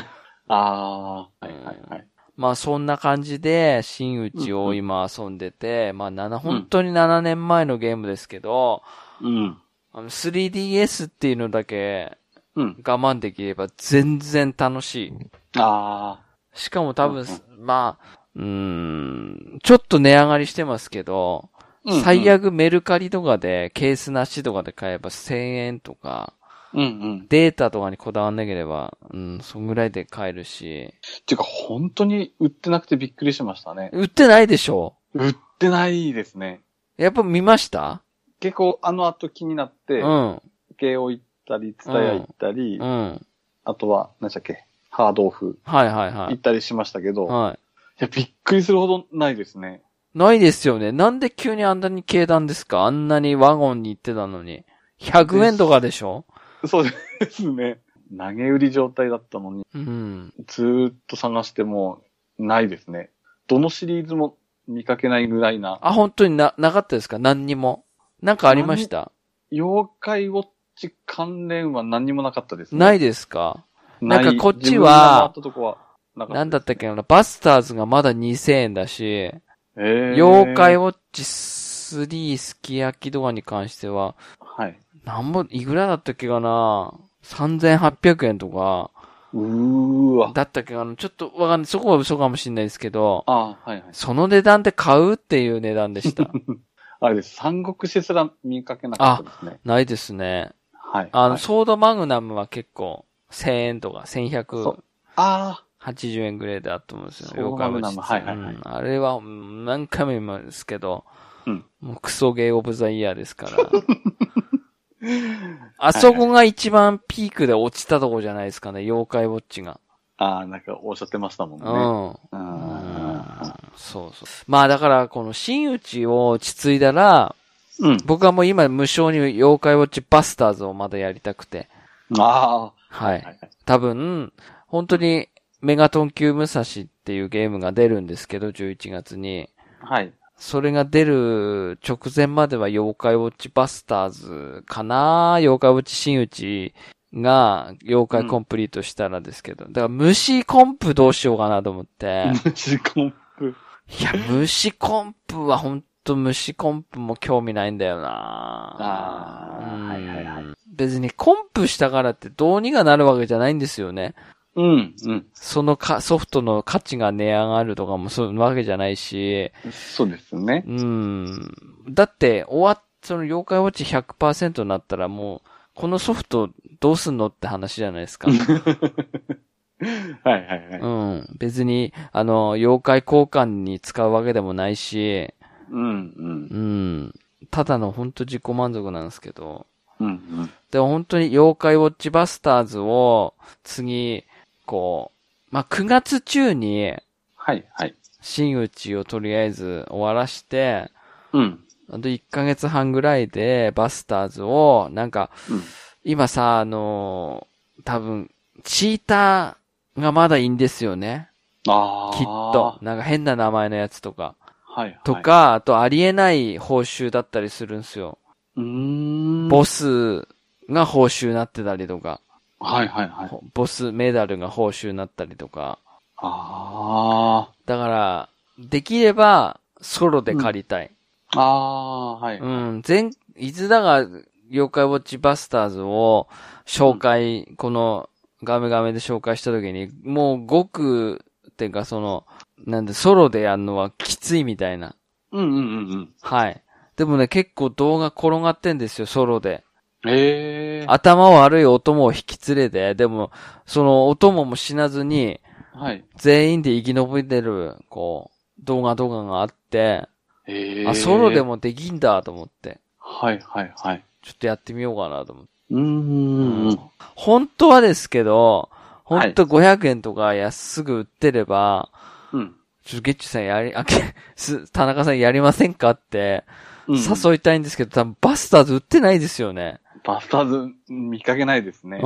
[SPEAKER 2] ああ、はいはいはい。
[SPEAKER 1] まあそんな感じで、真打ちを今遊んでて、まあ7、本当に7年前のゲームですけど、
[SPEAKER 2] うん。
[SPEAKER 1] あの 3DS っていうのだけ
[SPEAKER 2] うん。
[SPEAKER 1] 我慢できれば全然楽しい。
[SPEAKER 2] あ
[SPEAKER 1] しかも多分、
[SPEAKER 2] う
[SPEAKER 1] まあ、うーん、ちょっと値上がりしてますけど、
[SPEAKER 2] あ。
[SPEAKER 1] 最。悪メルカリとかで、ケースなしとかで買えば1000円とか、
[SPEAKER 2] うんうん。
[SPEAKER 1] データとかにこだわんなければ、うん、そんぐらいで買えるし、
[SPEAKER 2] っていうか、本当に売ってなくてびっくりしましたね。
[SPEAKER 1] 売ってないでしょ
[SPEAKER 2] 売ってないですね。
[SPEAKER 1] やっぱ見ました
[SPEAKER 2] 結構、あの後気になっ
[SPEAKER 1] う
[SPEAKER 2] て、
[SPEAKER 1] ん、
[SPEAKER 2] 慶応行ったり、ツタヤ行ったり
[SPEAKER 1] う、ん。
[SPEAKER 2] あとは、何でしたっけ、ハードオフ
[SPEAKER 1] はいはいは
[SPEAKER 2] 行っ
[SPEAKER 1] い。
[SPEAKER 2] たりしましたけど、い
[SPEAKER 1] は
[SPEAKER 2] や、びっくりするほどないですね。
[SPEAKER 1] い。ないですよね。なんで急にあんなに軽段ですかあんなにワゴンに行ってたのに。100円とかでしょ
[SPEAKER 2] そうですね。投げ売り状態だったのに、
[SPEAKER 1] うん。
[SPEAKER 2] ずーっと探しても、ないですね。どのシリーズも見かけないぐらいな、
[SPEAKER 1] あ、本当にな、なかったですか何にも。なんかありました
[SPEAKER 2] 妖怪ウォッチ関連は何にもなかったですね。
[SPEAKER 1] ないですか
[SPEAKER 2] い
[SPEAKER 1] なんかこっちは
[SPEAKER 2] 自分が回ったとこはなか
[SPEAKER 1] なん
[SPEAKER 2] った
[SPEAKER 1] だったっけなバスターズがまだ2000円だし、
[SPEAKER 2] えー
[SPEAKER 1] 妖怪ウォッチ3すき焼きとかに関しては、
[SPEAKER 2] はい。
[SPEAKER 1] なんぼ、いくらだったっけかな ?3800 円とか、
[SPEAKER 2] うーわ。
[SPEAKER 1] だったっけかなちょっとわかんない。そこは嘘かもしれないですけど、
[SPEAKER 2] ああ、はいはい。
[SPEAKER 1] その値段で買うっていう値段で した。
[SPEAKER 2] あれです。三国志すら見かけなかったですね。
[SPEAKER 1] ないですね。
[SPEAKER 2] はい。
[SPEAKER 1] あの、
[SPEAKER 2] はい
[SPEAKER 1] ソードマグナムは結構、1000円とか、
[SPEAKER 2] そ
[SPEAKER 1] 1180
[SPEAKER 2] うあ
[SPEAKER 1] 円ぐらいだと思うんですよ。
[SPEAKER 2] ソードマグナム
[SPEAKER 1] 妖怪ウォッチう
[SPEAKER 2] はい
[SPEAKER 1] んあれは、うん何回も言いますけど、
[SPEAKER 2] うん
[SPEAKER 1] もうクソゲーオブザイヤーです から。あそこが一番ピークで落ちたとこじゃないですかね、妖怪ウォッチが。
[SPEAKER 2] あ、ああ、なんかおっしゃってましたもんね。
[SPEAKER 1] うん。
[SPEAKER 2] うん
[SPEAKER 1] そうそう。まあだから、この真打ちを落ち着いたら、
[SPEAKER 2] うん。
[SPEAKER 1] 僕はもう今無償に妖怪ウォッチバスターズをまだやりたくて。
[SPEAKER 2] あ
[SPEAKER 1] は
[SPEAKER 2] あ。
[SPEAKER 1] い。多分、本当にメガトン級武蔵っていうゲームが出るんですけど、11月に。
[SPEAKER 2] はい。
[SPEAKER 1] それが出る直前までは妖怪ウォッチバスターズかな妖怪ウォッチ真打ちが妖怪コンプリートしたらですけど。だから虫コンプどうしようかなと思って。
[SPEAKER 2] 虫コンプ。
[SPEAKER 1] いや、虫コンプはほんと虫コンプも興味ないんだよな
[SPEAKER 2] あー
[SPEAKER 1] うん
[SPEAKER 2] はいはいはい
[SPEAKER 1] 別にコンプしたからってどうにかなるわけじゃないんですよね。
[SPEAKER 2] うん、うん。
[SPEAKER 1] そのかソフトの価値が値上がるとかもそういうわけじゃないし。
[SPEAKER 2] そうですね。
[SPEAKER 1] うん。だって、終わっ、その妖怪ウォッチ100%になったらもう、このソフトどうすんのって話じゃないです か。
[SPEAKER 2] はいはいはい。
[SPEAKER 1] うん。別に、あの、妖怪交換に使うわけでもないし、
[SPEAKER 2] うん、う
[SPEAKER 1] う、
[SPEAKER 2] ん
[SPEAKER 1] ん。ただの本当自己満足なんですけど。
[SPEAKER 2] うん、うん。
[SPEAKER 1] でも本当に妖怪ウォッチバスターズを、次、こう、まあ、9月中に、
[SPEAKER 2] はいはい。
[SPEAKER 1] 真打ちをとりあえず終わらして、
[SPEAKER 2] うん、
[SPEAKER 1] あと1ヶ月半ぐらいでバスターズを、なんか、
[SPEAKER 2] うん
[SPEAKER 1] 今さ、あのー多分、チーターがまだいいんですよね。
[SPEAKER 2] ああ。
[SPEAKER 1] きっと。。なんか変な名前のやつとか。
[SPEAKER 2] はいはい。
[SPEAKER 1] とか、。あとありえない報酬だったりするんですよ。
[SPEAKER 2] うーん。
[SPEAKER 1] ボスが報酬になってたりとか、
[SPEAKER 2] はいはいはい。
[SPEAKER 1] ボスメダルが報酬になったりとか。
[SPEAKER 2] あ
[SPEAKER 1] だから、できれば、ソロで借りたい。
[SPEAKER 2] あ。ああ、はい。
[SPEAKER 1] うん、前、いつだが、妖怪ウォッチバスターズを紹介、この、ガメガメで紹介した時に、もうごく、っていうかその、なんで、ソロでやるのはきついみたいな。
[SPEAKER 2] うんうんうんうん。
[SPEAKER 1] はい。でもね、結構動画転がってんですよ、ソロで。
[SPEAKER 2] ええー。
[SPEAKER 1] 頭悪いお供を引き連れて、でも、そのお供も死なずに、
[SPEAKER 2] はい。
[SPEAKER 1] 全員で生き延びてる、こう、動画動画があって、
[SPEAKER 2] ええー。
[SPEAKER 1] あ、ソロで。もできんだと思って、
[SPEAKER 2] はいはいはい。
[SPEAKER 1] ちょっとやってみようかなと思って。
[SPEAKER 2] うーん。
[SPEAKER 1] 本当はですけど、本当500円とか安く売ってれば、
[SPEAKER 2] うん。
[SPEAKER 1] ちょっとゲッチュさんやり、あ、け、す、田中さんやりませんかって、
[SPEAKER 2] うん
[SPEAKER 1] 誘いたいんですけど、多分バスターズ売ってないですよね。
[SPEAKER 2] バスターズ見かけないです
[SPEAKER 1] う
[SPEAKER 2] ね
[SPEAKER 1] ん。。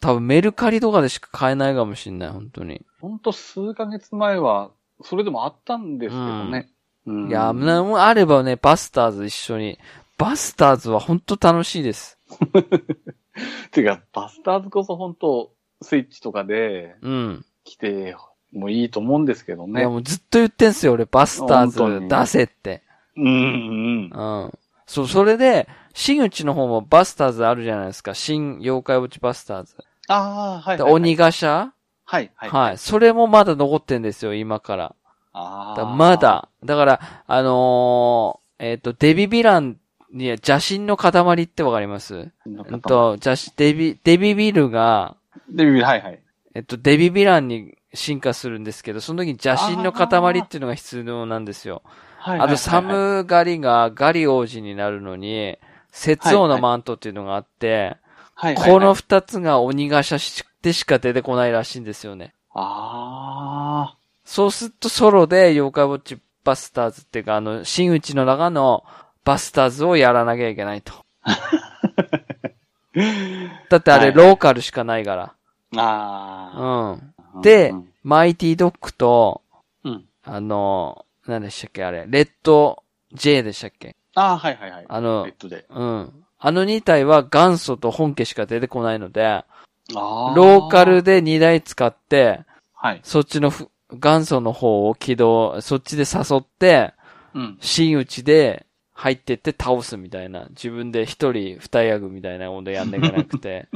[SPEAKER 1] 多分メルカリとかでしか買えないかもしれない、本当に。
[SPEAKER 2] ほんと数ヶ月前は、それでもあったんですけどね。うん
[SPEAKER 1] いや、なんもあればね、バスターズ一緒に。バスターズは本当楽しいです。
[SPEAKER 2] てか、バスターズこそ本当スイッチとかで
[SPEAKER 1] うん。
[SPEAKER 2] 来てもいいと思うんですけど
[SPEAKER 1] い
[SPEAKER 2] ね
[SPEAKER 1] や、。もうずっと言ってんすよ、俺、バスター
[SPEAKER 2] 本当
[SPEAKER 1] ズ
[SPEAKER 2] に
[SPEAKER 1] 出せって。
[SPEAKER 2] うんうん。
[SPEAKER 1] うん。そう、それで、新内の方もバスターズあるじゃないですか。新妖怪ウォッチバスターズ。
[SPEAKER 2] ああ、はい
[SPEAKER 1] で
[SPEAKER 2] はいはい。
[SPEAKER 1] 鬼ガシャ
[SPEAKER 2] はいは。
[SPEAKER 1] はいい、それもまだ残ってんですよ、今から。
[SPEAKER 2] あ
[SPEAKER 1] だか
[SPEAKER 2] あ。
[SPEAKER 1] らま。だ。だから、あのーえっ、と、デビビランには邪神の塊ってわかりますうんと、邪神、デビ、デビビルが、
[SPEAKER 2] で、はいはい。
[SPEAKER 1] えっと、デビビランに進化するんですけど、その時に邪神の塊っていうのが必要なんですよ。
[SPEAKER 2] はいはいはいはい
[SPEAKER 1] あと、サ。ムガリがガリ王子になるのに、雪王のマントっていうのがあって、
[SPEAKER 2] はいはい、はい。
[SPEAKER 1] この二つが鬼ガシャでしか出てこないらしいんですよね。
[SPEAKER 2] あ
[SPEAKER 1] そうするとソロで妖怪ウォッチバスターズっていうか、あの、新内の中のバスターズをやらなきゃいけないと。だってあれ
[SPEAKER 2] はいは
[SPEAKER 1] ローカルしかないから。
[SPEAKER 2] あ。あ
[SPEAKER 1] うん。
[SPEAKER 2] あ。
[SPEAKER 1] で
[SPEAKER 2] うん
[SPEAKER 1] マイティドッグと、
[SPEAKER 2] うん。
[SPEAKER 1] あの、何でしたっけあれ、レッド J でしたっけ
[SPEAKER 2] ああ、はいはいはい。
[SPEAKER 1] あの
[SPEAKER 2] ネットで。
[SPEAKER 1] うん。あの2体は元祖と本家しか出てこないので、
[SPEAKER 2] ああ。
[SPEAKER 1] ローカル。で2台使って、
[SPEAKER 2] はい。
[SPEAKER 1] そっちのふ元祖の方を起動、そっちで誘って、
[SPEAKER 2] うん。
[SPEAKER 1] 真打ちで入ってって倒すみたいな、自分で一人二役みたいなことやんなきゃなく て、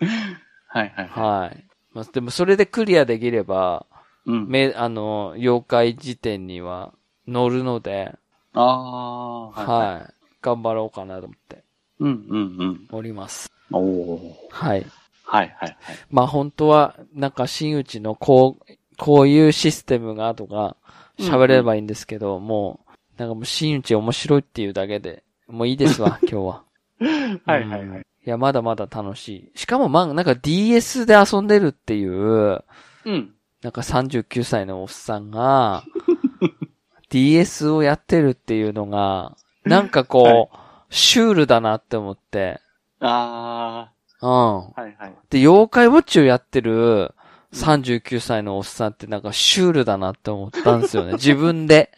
[SPEAKER 2] はいはいはい。
[SPEAKER 1] はい。まあ、でもそれでクリアできれば、
[SPEAKER 2] うん。
[SPEAKER 1] め、あの、妖怪辞典には乗るので、
[SPEAKER 2] ああ。
[SPEAKER 1] はい。
[SPEAKER 2] い。
[SPEAKER 1] 頑張ろうかなと思って
[SPEAKER 2] うんうんうん。
[SPEAKER 1] おります。
[SPEAKER 2] おお。
[SPEAKER 1] はい。
[SPEAKER 2] はいはいはい。
[SPEAKER 1] まあ本当は、なんか真打ちのこう、こういうシステムがとか、喋ればいいんですけど、もう、なんかもう真打ち面白いっていうだけで、もういいです わ、今日は。
[SPEAKER 2] はいはいはい
[SPEAKER 1] うん。いや、まだまだ楽しい。しかも、まあ、なんか DS で遊んでるっていう、
[SPEAKER 2] うん。
[SPEAKER 1] なんか39歳のおっさん が、DS をやってるっていうのが、なんかこう、
[SPEAKER 2] はい
[SPEAKER 1] シュールだなって思って、
[SPEAKER 2] あ
[SPEAKER 1] うん。
[SPEAKER 2] あ。はいはい。
[SPEAKER 1] で、妖怪ウォッチをやってる39歳のおっさんってなんかシュールだなって思ったんですよね。自分で。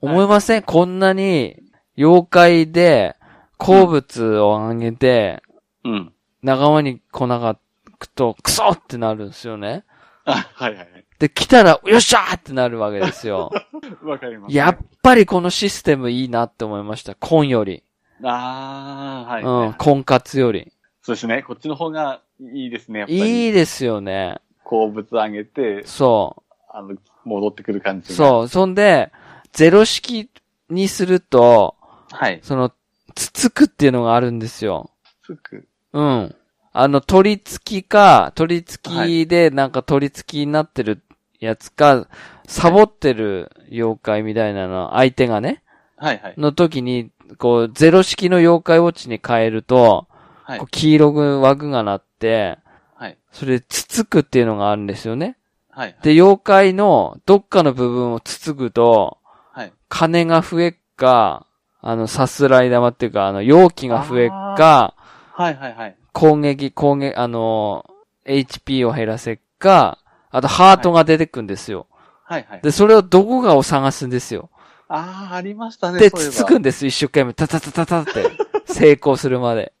[SPEAKER 1] 思いませんこんなに妖怪で好物をあげて、
[SPEAKER 2] うん。
[SPEAKER 1] 仲間に来なかくと、クソってなるんですよね。
[SPEAKER 2] あはいはいはい。
[SPEAKER 1] で、来たら、よっしゃーってなるわけですよ。
[SPEAKER 2] わかります。
[SPEAKER 1] やっぱりこのシステムいいなって思いました。婚より。
[SPEAKER 2] ああ、はい、はいうは
[SPEAKER 1] ん、
[SPEAKER 2] い
[SPEAKER 1] 婚活より。
[SPEAKER 2] そうですね。こっちの方がいいですね。やっぱり。
[SPEAKER 1] いいですよね。
[SPEAKER 2] 好物あげて、
[SPEAKER 1] そ
[SPEAKER 2] あの、戻ってくる感
[SPEAKER 1] う。
[SPEAKER 2] じ。う。
[SPEAKER 1] そう。そんで、ゼロ式にすると、
[SPEAKER 2] はい。
[SPEAKER 1] その、つつくっていうのがあるんですよ。
[SPEAKER 2] つく。
[SPEAKER 1] うん。あの、取り付きか、取り付きで、なんか取り付きになってるやつか、サボってる妖怪みたいなの、相手がね、
[SPEAKER 2] はいはい。
[SPEAKER 1] の時に、こう、ゼロ式の妖怪ウォッチに変えると、
[SPEAKER 2] はい
[SPEAKER 1] こう黄色く枠がなって、
[SPEAKER 2] はい。
[SPEAKER 1] それでつつくっていうのがあるんですよね。
[SPEAKER 2] はい。
[SPEAKER 1] で、妖怪のどっかの部分をつつくと、
[SPEAKER 2] はい。
[SPEAKER 1] 金が増えっか、あの、さすらい玉っていうか、あの、容器が増えっか、
[SPEAKER 2] はいはいはい。
[SPEAKER 1] 攻撃、攻撃、あのー HP を減らせっか、あとハートが出てくんですよ。
[SPEAKER 2] はいはい。
[SPEAKER 1] で、それをどこかを探すんですよ。
[SPEAKER 2] ああ、ありましたね。
[SPEAKER 1] で、
[SPEAKER 2] そういえ
[SPEAKER 1] つつ
[SPEAKER 2] ば
[SPEAKER 1] くんです、一生懸命。タタタタタって、 成功するまで。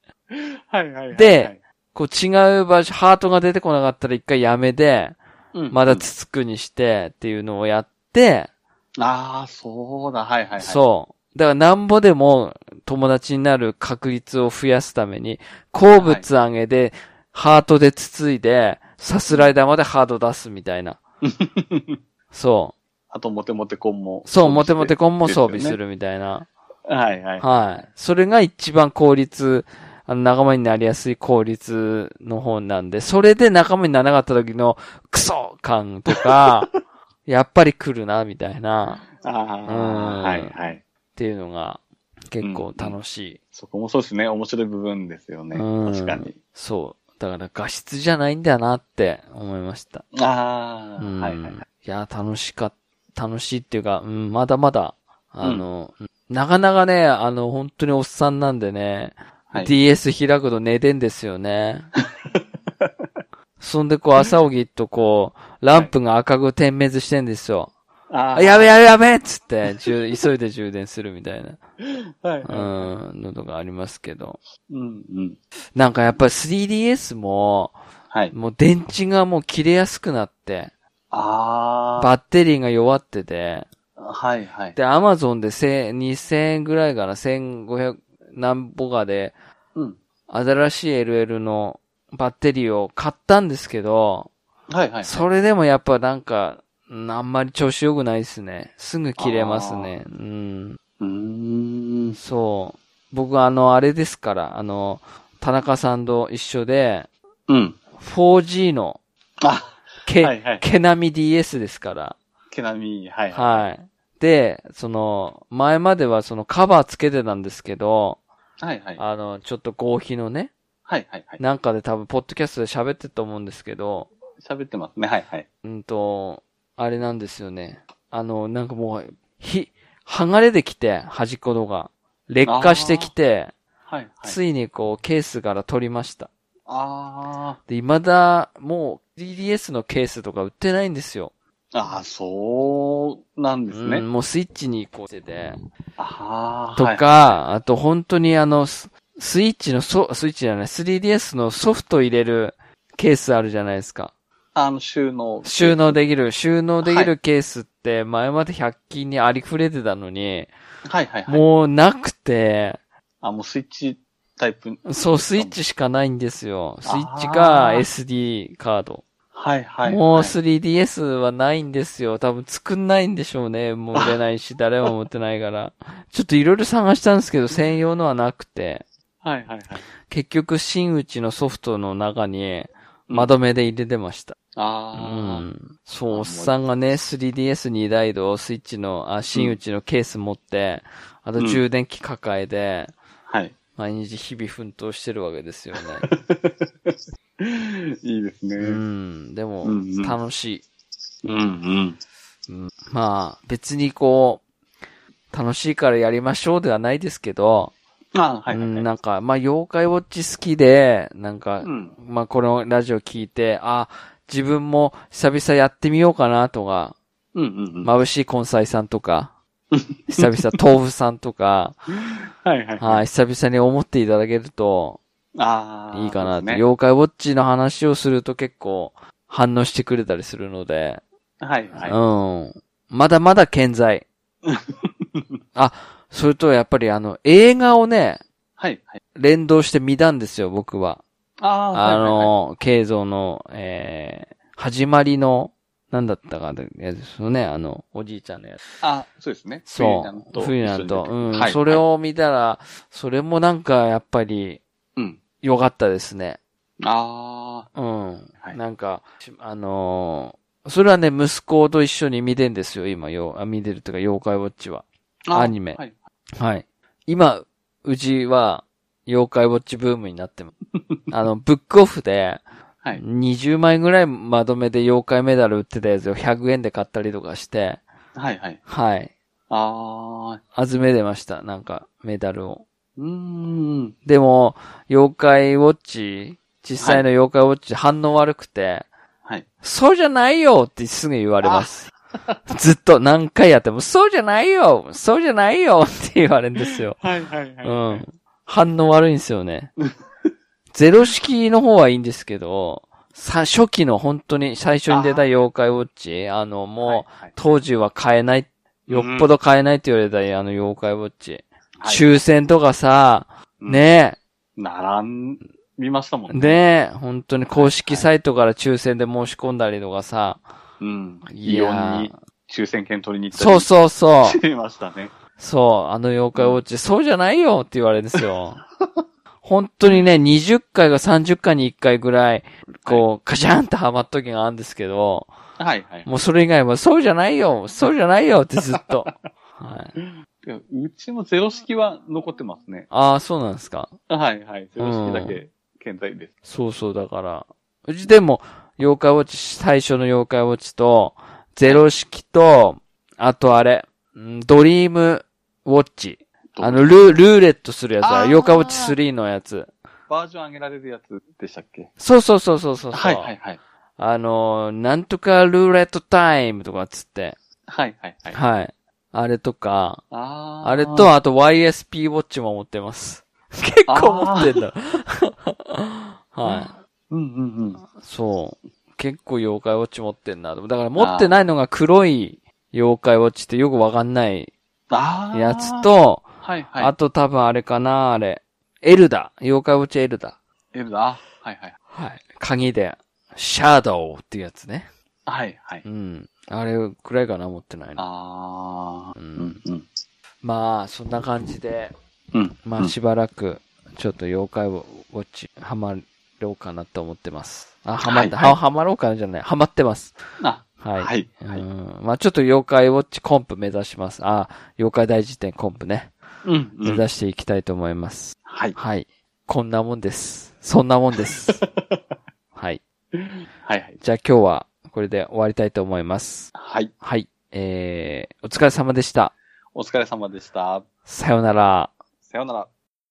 [SPEAKER 2] はいはいはい。
[SPEAKER 1] で、こう違う場所、ハートが出てこなかったら一回やめで、
[SPEAKER 2] うん
[SPEAKER 1] まだつつくにしてっていうのをやって、
[SPEAKER 2] ああ、そうだ。はいはいはい。う。
[SPEAKER 1] そう。だからなんぼでも友達になる確率を増やすために、好物あげで、ハートでつついで、さすらい玉でハート出すみた いな。そ
[SPEAKER 2] あと、モテモテコンも。
[SPEAKER 1] う。そう、モテモテコンも
[SPEAKER 2] ですよ
[SPEAKER 1] 装
[SPEAKER 2] ね
[SPEAKER 1] 備するみたいな。
[SPEAKER 2] はいはい。
[SPEAKER 1] はい。それが一番効率、あの、仲間になりやすい効率の方なんで、それで仲間にならなかった時のクソ感と か、やっぱり来るな、みたいな、っ
[SPEAKER 2] ああ、
[SPEAKER 1] うん
[SPEAKER 2] はいはい。
[SPEAKER 1] ていうのが結構楽しい。
[SPEAKER 2] そこもそうですね。面白い部分ですよね。
[SPEAKER 1] うん
[SPEAKER 2] 確かに。
[SPEAKER 1] そう。だから画質じゃないんだなって思いました。
[SPEAKER 2] ああ、
[SPEAKER 1] うん
[SPEAKER 2] はいはいはい。
[SPEAKER 1] いや、楽しかっ、楽しいっていうか、うん、まだまだ、あの、なかなかね、あの、本当におっさんなんでね、
[SPEAKER 2] はい
[SPEAKER 1] DS 開くと寝てんですよ ね。そんでこう、朝起きっとこう、ランプが赤く点滅してんですよ。
[SPEAKER 2] あ
[SPEAKER 1] あやべやべやべっつ って、じゅ急いで充電するみたいな、
[SPEAKER 2] べ。はいは
[SPEAKER 1] うん、のとかありますけど。
[SPEAKER 2] い。うんうん。
[SPEAKER 1] なんかやっぱり 3DS も、
[SPEAKER 2] はい。
[SPEAKER 1] もう電池がもう切れやすくなって、
[SPEAKER 2] ああ、
[SPEAKER 1] バッテリーが弱ってて、
[SPEAKER 2] はいはい。
[SPEAKER 1] で、アマゾンでせ2000円ぐらいかな、1500何歩かで、
[SPEAKER 2] うん。
[SPEAKER 1] 新しい LL のバッテリーを買ったんですけど、
[SPEAKER 2] はいはい。
[SPEAKER 1] それでもやっぱなんか、うんあんまり調子良くないですね。すぐ切れますね。うん。
[SPEAKER 2] うーん。
[SPEAKER 1] そう。僕あの、あれですから、あの、田中さんと一緒で、
[SPEAKER 2] うん。
[SPEAKER 1] 4G の、
[SPEAKER 2] あ、
[SPEAKER 1] け、
[SPEAKER 2] はいはい。
[SPEAKER 1] けなみ DS ですから。
[SPEAKER 2] 毛並み、はいは
[SPEAKER 1] は
[SPEAKER 2] い。
[SPEAKER 1] い。で、その、前まではそのカバーつけてたんですけど、
[SPEAKER 2] はいはい。
[SPEAKER 1] あの、ちょっと合皮のね、
[SPEAKER 2] はいはいはい。
[SPEAKER 1] なんかで多分、ポッドキャストで喋ってたと思うんですけど、
[SPEAKER 2] 喋ってますね。はいはい。
[SPEAKER 1] うんと、あれなんですよね。あの、なんかもう、ひ、剥がれてきて、端っこのが。劣化してきて、
[SPEAKER 2] はいはい。
[SPEAKER 1] ついにこう、ケースから取りました。
[SPEAKER 2] あ
[SPEAKER 1] で、未だ、もう、3DS のケースとか売ってないんですよ。
[SPEAKER 2] あ、ああ、そうなんですね。
[SPEAKER 1] うん、もうスイッチに移行してて。
[SPEAKER 2] ああ、
[SPEAKER 1] と
[SPEAKER 2] はい
[SPEAKER 1] か、あと本当にあの、ススイッチのソ、スイッチじゃない、3DS のソフト入れるケースあるじゃないですか。
[SPEAKER 2] あの、収納。
[SPEAKER 1] 収納できる、収納でき
[SPEAKER 2] は
[SPEAKER 1] るケースって前まで100均にありふれてたのに、
[SPEAKER 2] はいはいはい。
[SPEAKER 1] もうなくて、
[SPEAKER 2] あ、もうスイッチタイプ。
[SPEAKER 1] そう、スイッチしかないんですよ。スイッチか
[SPEAKER 2] あー
[SPEAKER 1] SD カード。
[SPEAKER 2] はいはい、はい。
[SPEAKER 1] もう 3DS はないんですよ。多分作んないんでしょうね。もう売れないし、誰も持ってない から。ちょっといろいろ探したんですけど、専用のはなくて。
[SPEAKER 2] はいはいはい。
[SPEAKER 1] 結局、真打ちのソフトの中に、まとめで入れてました。う
[SPEAKER 2] ああ、
[SPEAKER 1] ん。そう、おっさんがね、3DS に台とスイッチの、あ、真打ちのケース持って、あと充電器抱えて、
[SPEAKER 2] はい。
[SPEAKER 1] 毎日日々奮闘してるわけですよね。
[SPEAKER 2] いいですね。
[SPEAKER 1] う
[SPEAKER 2] うん
[SPEAKER 1] ん。でも
[SPEAKER 2] うんうん、
[SPEAKER 1] 楽しい。
[SPEAKER 2] うん。
[SPEAKER 1] まあ、別にこう、楽しいからやりましょうではないですけど、
[SPEAKER 2] ああ、はいは
[SPEAKER 1] う
[SPEAKER 2] い、はい
[SPEAKER 1] ん、なんか、まあ、妖怪ウォッチ好きで、なんか
[SPEAKER 2] う、ん。
[SPEAKER 1] まあ、このラジオ聞いて、あ、自分も久々やってみようかなとか、
[SPEAKER 2] うんうんうん。
[SPEAKER 1] 眩しい根菜さんとか、久々豆腐さんとか、
[SPEAKER 2] はいはい。
[SPEAKER 1] はい、久々に思っていただけると
[SPEAKER 2] ああ。
[SPEAKER 1] いいかなって、
[SPEAKER 2] そうですね
[SPEAKER 1] 妖怪ウォッチの話をすると結構反応してくれたりするので、
[SPEAKER 2] はいはい。
[SPEAKER 1] うん。まだまだ健 在。あ、それとやっぱりあの、映画をね、
[SPEAKER 2] はいはい。
[SPEAKER 1] 連動して見たんですよ、僕は。
[SPEAKER 2] ああ、はい
[SPEAKER 1] あ
[SPEAKER 2] はいはい。
[SPEAKER 1] の、慶像の、えー、始まりの、なんだったかで、やつですよね、あの、おじいちゃんのやつ。
[SPEAKER 2] あそうですね。
[SPEAKER 1] そう。フ
[SPEAKER 2] フ
[SPEAKER 1] ィー
[SPEAKER 2] ィー
[SPEAKER 1] ナ
[SPEAKER 2] ナ
[SPEAKER 1] ン
[SPEAKER 2] ン
[SPEAKER 1] と。
[SPEAKER 2] と。
[SPEAKER 1] うん、
[SPEAKER 2] はい
[SPEAKER 1] それ。を見たら、それもなんか、やっぱり、
[SPEAKER 2] うん。
[SPEAKER 1] 良かったですね。
[SPEAKER 2] あ
[SPEAKER 1] うん。
[SPEAKER 2] はい
[SPEAKER 1] なんか、しあのーそれはね、息子と一緒に見てんですよ、今、ようあ見てるというか、妖怪ウォッチは。
[SPEAKER 2] あ。
[SPEAKER 1] アニメ
[SPEAKER 2] はい。
[SPEAKER 1] はい。今、うちは、妖怪ウォッチブームになって ます。あの、ブックオフで、
[SPEAKER 2] はい。
[SPEAKER 1] 20枚ぐらいまとめで妖怪メダル売ってたやつを100円で買ったりとかして、
[SPEAKER 2] はいはい。
[SPEAKER 1] はい。
[SPEAKER 2] ああ、
[SPEAKER 1] 集めてました、なんか、メダルを。
[SPEAKER 2] うーん。
[SPEAKER 1] でも、妖怪ウォッチ、実際の妖怪ウォッチ反応悪くて、
[SPEAKER 2] はい。
[SPEAKER 1] そうじゃないよってすぐ言われます。ずっと何回やっても、そうじゃないよそうじゃないよって言われるんですよ。
[SPEAKER 2] はいはいは
[SPEAKER 1] う。ん。反応悪いんですよね。 ゼロ式の方はいいんですけど、さ、初期の本当に最初に出た妖怪ウォッチ、あの、もう、
[SPEAKER 2] う、
[SPEAKER 1] 当時は買えない、よっぽど買えないって言われた、あの妖怪ウォッチ。
[SPEAKER 2] はい
[SPEAKER 1] 抽選とかさ、
[SPEAKER 2] うん
[SPEAKER 1] ね
[SPEAKER 2] 並びましたも
[SPEAKER 1] え、
[SPEAKER 2] んね。
[SPEAKER 1] ねえ、本当に公式サイトから抽選で申し込んだりとかさ、
[SPEAKER 2] うん。
[SPEAKER 1] い
[SPEAKER 2] イ
[SPEAKER 1] や
[SPEAKER 2] オ
[SPEAKER 1] ー
[SPEAKER 2] ンに抽選券取りに行った
[SPEAKER 1] そうそうそう
[SPEAKER 2] し。てましたね。
[SPEAKER 1] そう、あの妖怪ウォッチ、そうじゃないよって言われるんです よ。本当にね、20回が30回に1回ぐらい、こう、カシャンってハマった時があるんですけど、
[SPEAKER 2] はいはい。
[SPEAKER 1] もうそれ以外は、そうじゃないよそうじゃないよってずっ と。はい、
[SPEAKER 2] うちもゼロ式は残ってますね。
[SPEAKER 1] ああ、そうなんですか。
[SPEAKER 2] はいはい。ゼロ式だけ健在です。
[SPEAKER 1] そうそう、だから。うちでも、妖怪ウォッチ、最初の妖怪ウォッチと、ゼロ式と、あとあれ、うんドリームウォッチ。あの、ル、ルーレットするやつだ
[SPEAKER 2] あー
[SPEAKER 1] 妖怪ウォッチ3のやつ。
[SPEAKER 2] バージョン上げられるやつでしたっけ
[SPEAKER 1] そうそうそうそうそうそう。
[SPEAKER 2] はいはいはい。
[SPEAKER 1] あの、なんとかルーレットタイムとかっつって。
[SPEAKER 2] はいはいはい。
[SPEAKER 1] はい。あれとか、
[SPEAKER 2] あー
[SPEAKER 1] あれと、あと YSP ウォッチも持ってます。 結構持ってんだ。 は
[SPEAKER 2] うんうんうん。
[SPEAKER 1] い。そう。結構妖怪ウォッチ持ってんな。だから持ってないのが黒い妖怪ウォッチってよくわかんない
[SPEAKER 2] あー
[SPEAKER 1] やつ、と、
[SPEAKER 2] はい
[SPEAKER 1] あ,、
[SPEAKER 2] はい。
[SPEAKER 1] と多分あれかな、あれ。エルダ。妖怪ウォッチエルダ。
[SPEAKER 2] エルダあはいはい。
[SPEAKER 1] はい。鍵で、シャドウっていうやつね。
[SPEAKER 2] はいはい。
[SPEAKER 1] うん。あれくらいかな、持ってないの。
[SPEAKER 2] あー
[SPEAKER 1] う
[SPEAKER 2] うんんうん。
[SPEAKER 1] まあ、そんな感じで、
[SPEAKER 2] うん。
[SPEAKER 1] まあ、しばらく、ちょっと妖怪ウォッチ、ハマろうかなと思ってます。あ、ハマった、
[SPEAKER 2] はいはい
[SPEAKER 1] はハマろうかなじゃない。ハマってます。
[SPEAKER 2] あ、
[SPEAKER 1] はい。
[SPEAKER 2] はい。は
[SPEAKER 1] う
[SPEAKER 2] い。
[SPEAKER 1] んまあ、ちょっと妖怪ウォッチコンプ目指します。あ、妖怪大辞典コンプね。
[SPEAKER 2] うん
[SPEAKER 1] 目
[SPEAKER 2] うん。
[SPEAKER 1] 指していきたいと思います。
[SPEAKER 2] はい。
[SPEAKER 1] はい。こんなもんです。そんなもん です。はい。
[SPEAKER 2] はいはい。
[SPEAKER 1] じゃあ今日はこれで終わりたいと思います。
[SPEAKER 2] はい。
[SPEAKER 1] はい。えー、お疲れ様でした。
[SPEAKER 2] お疲れ様でした。
[SPEAKER 1] さようなら。
[SPEAKER 2] さようなら。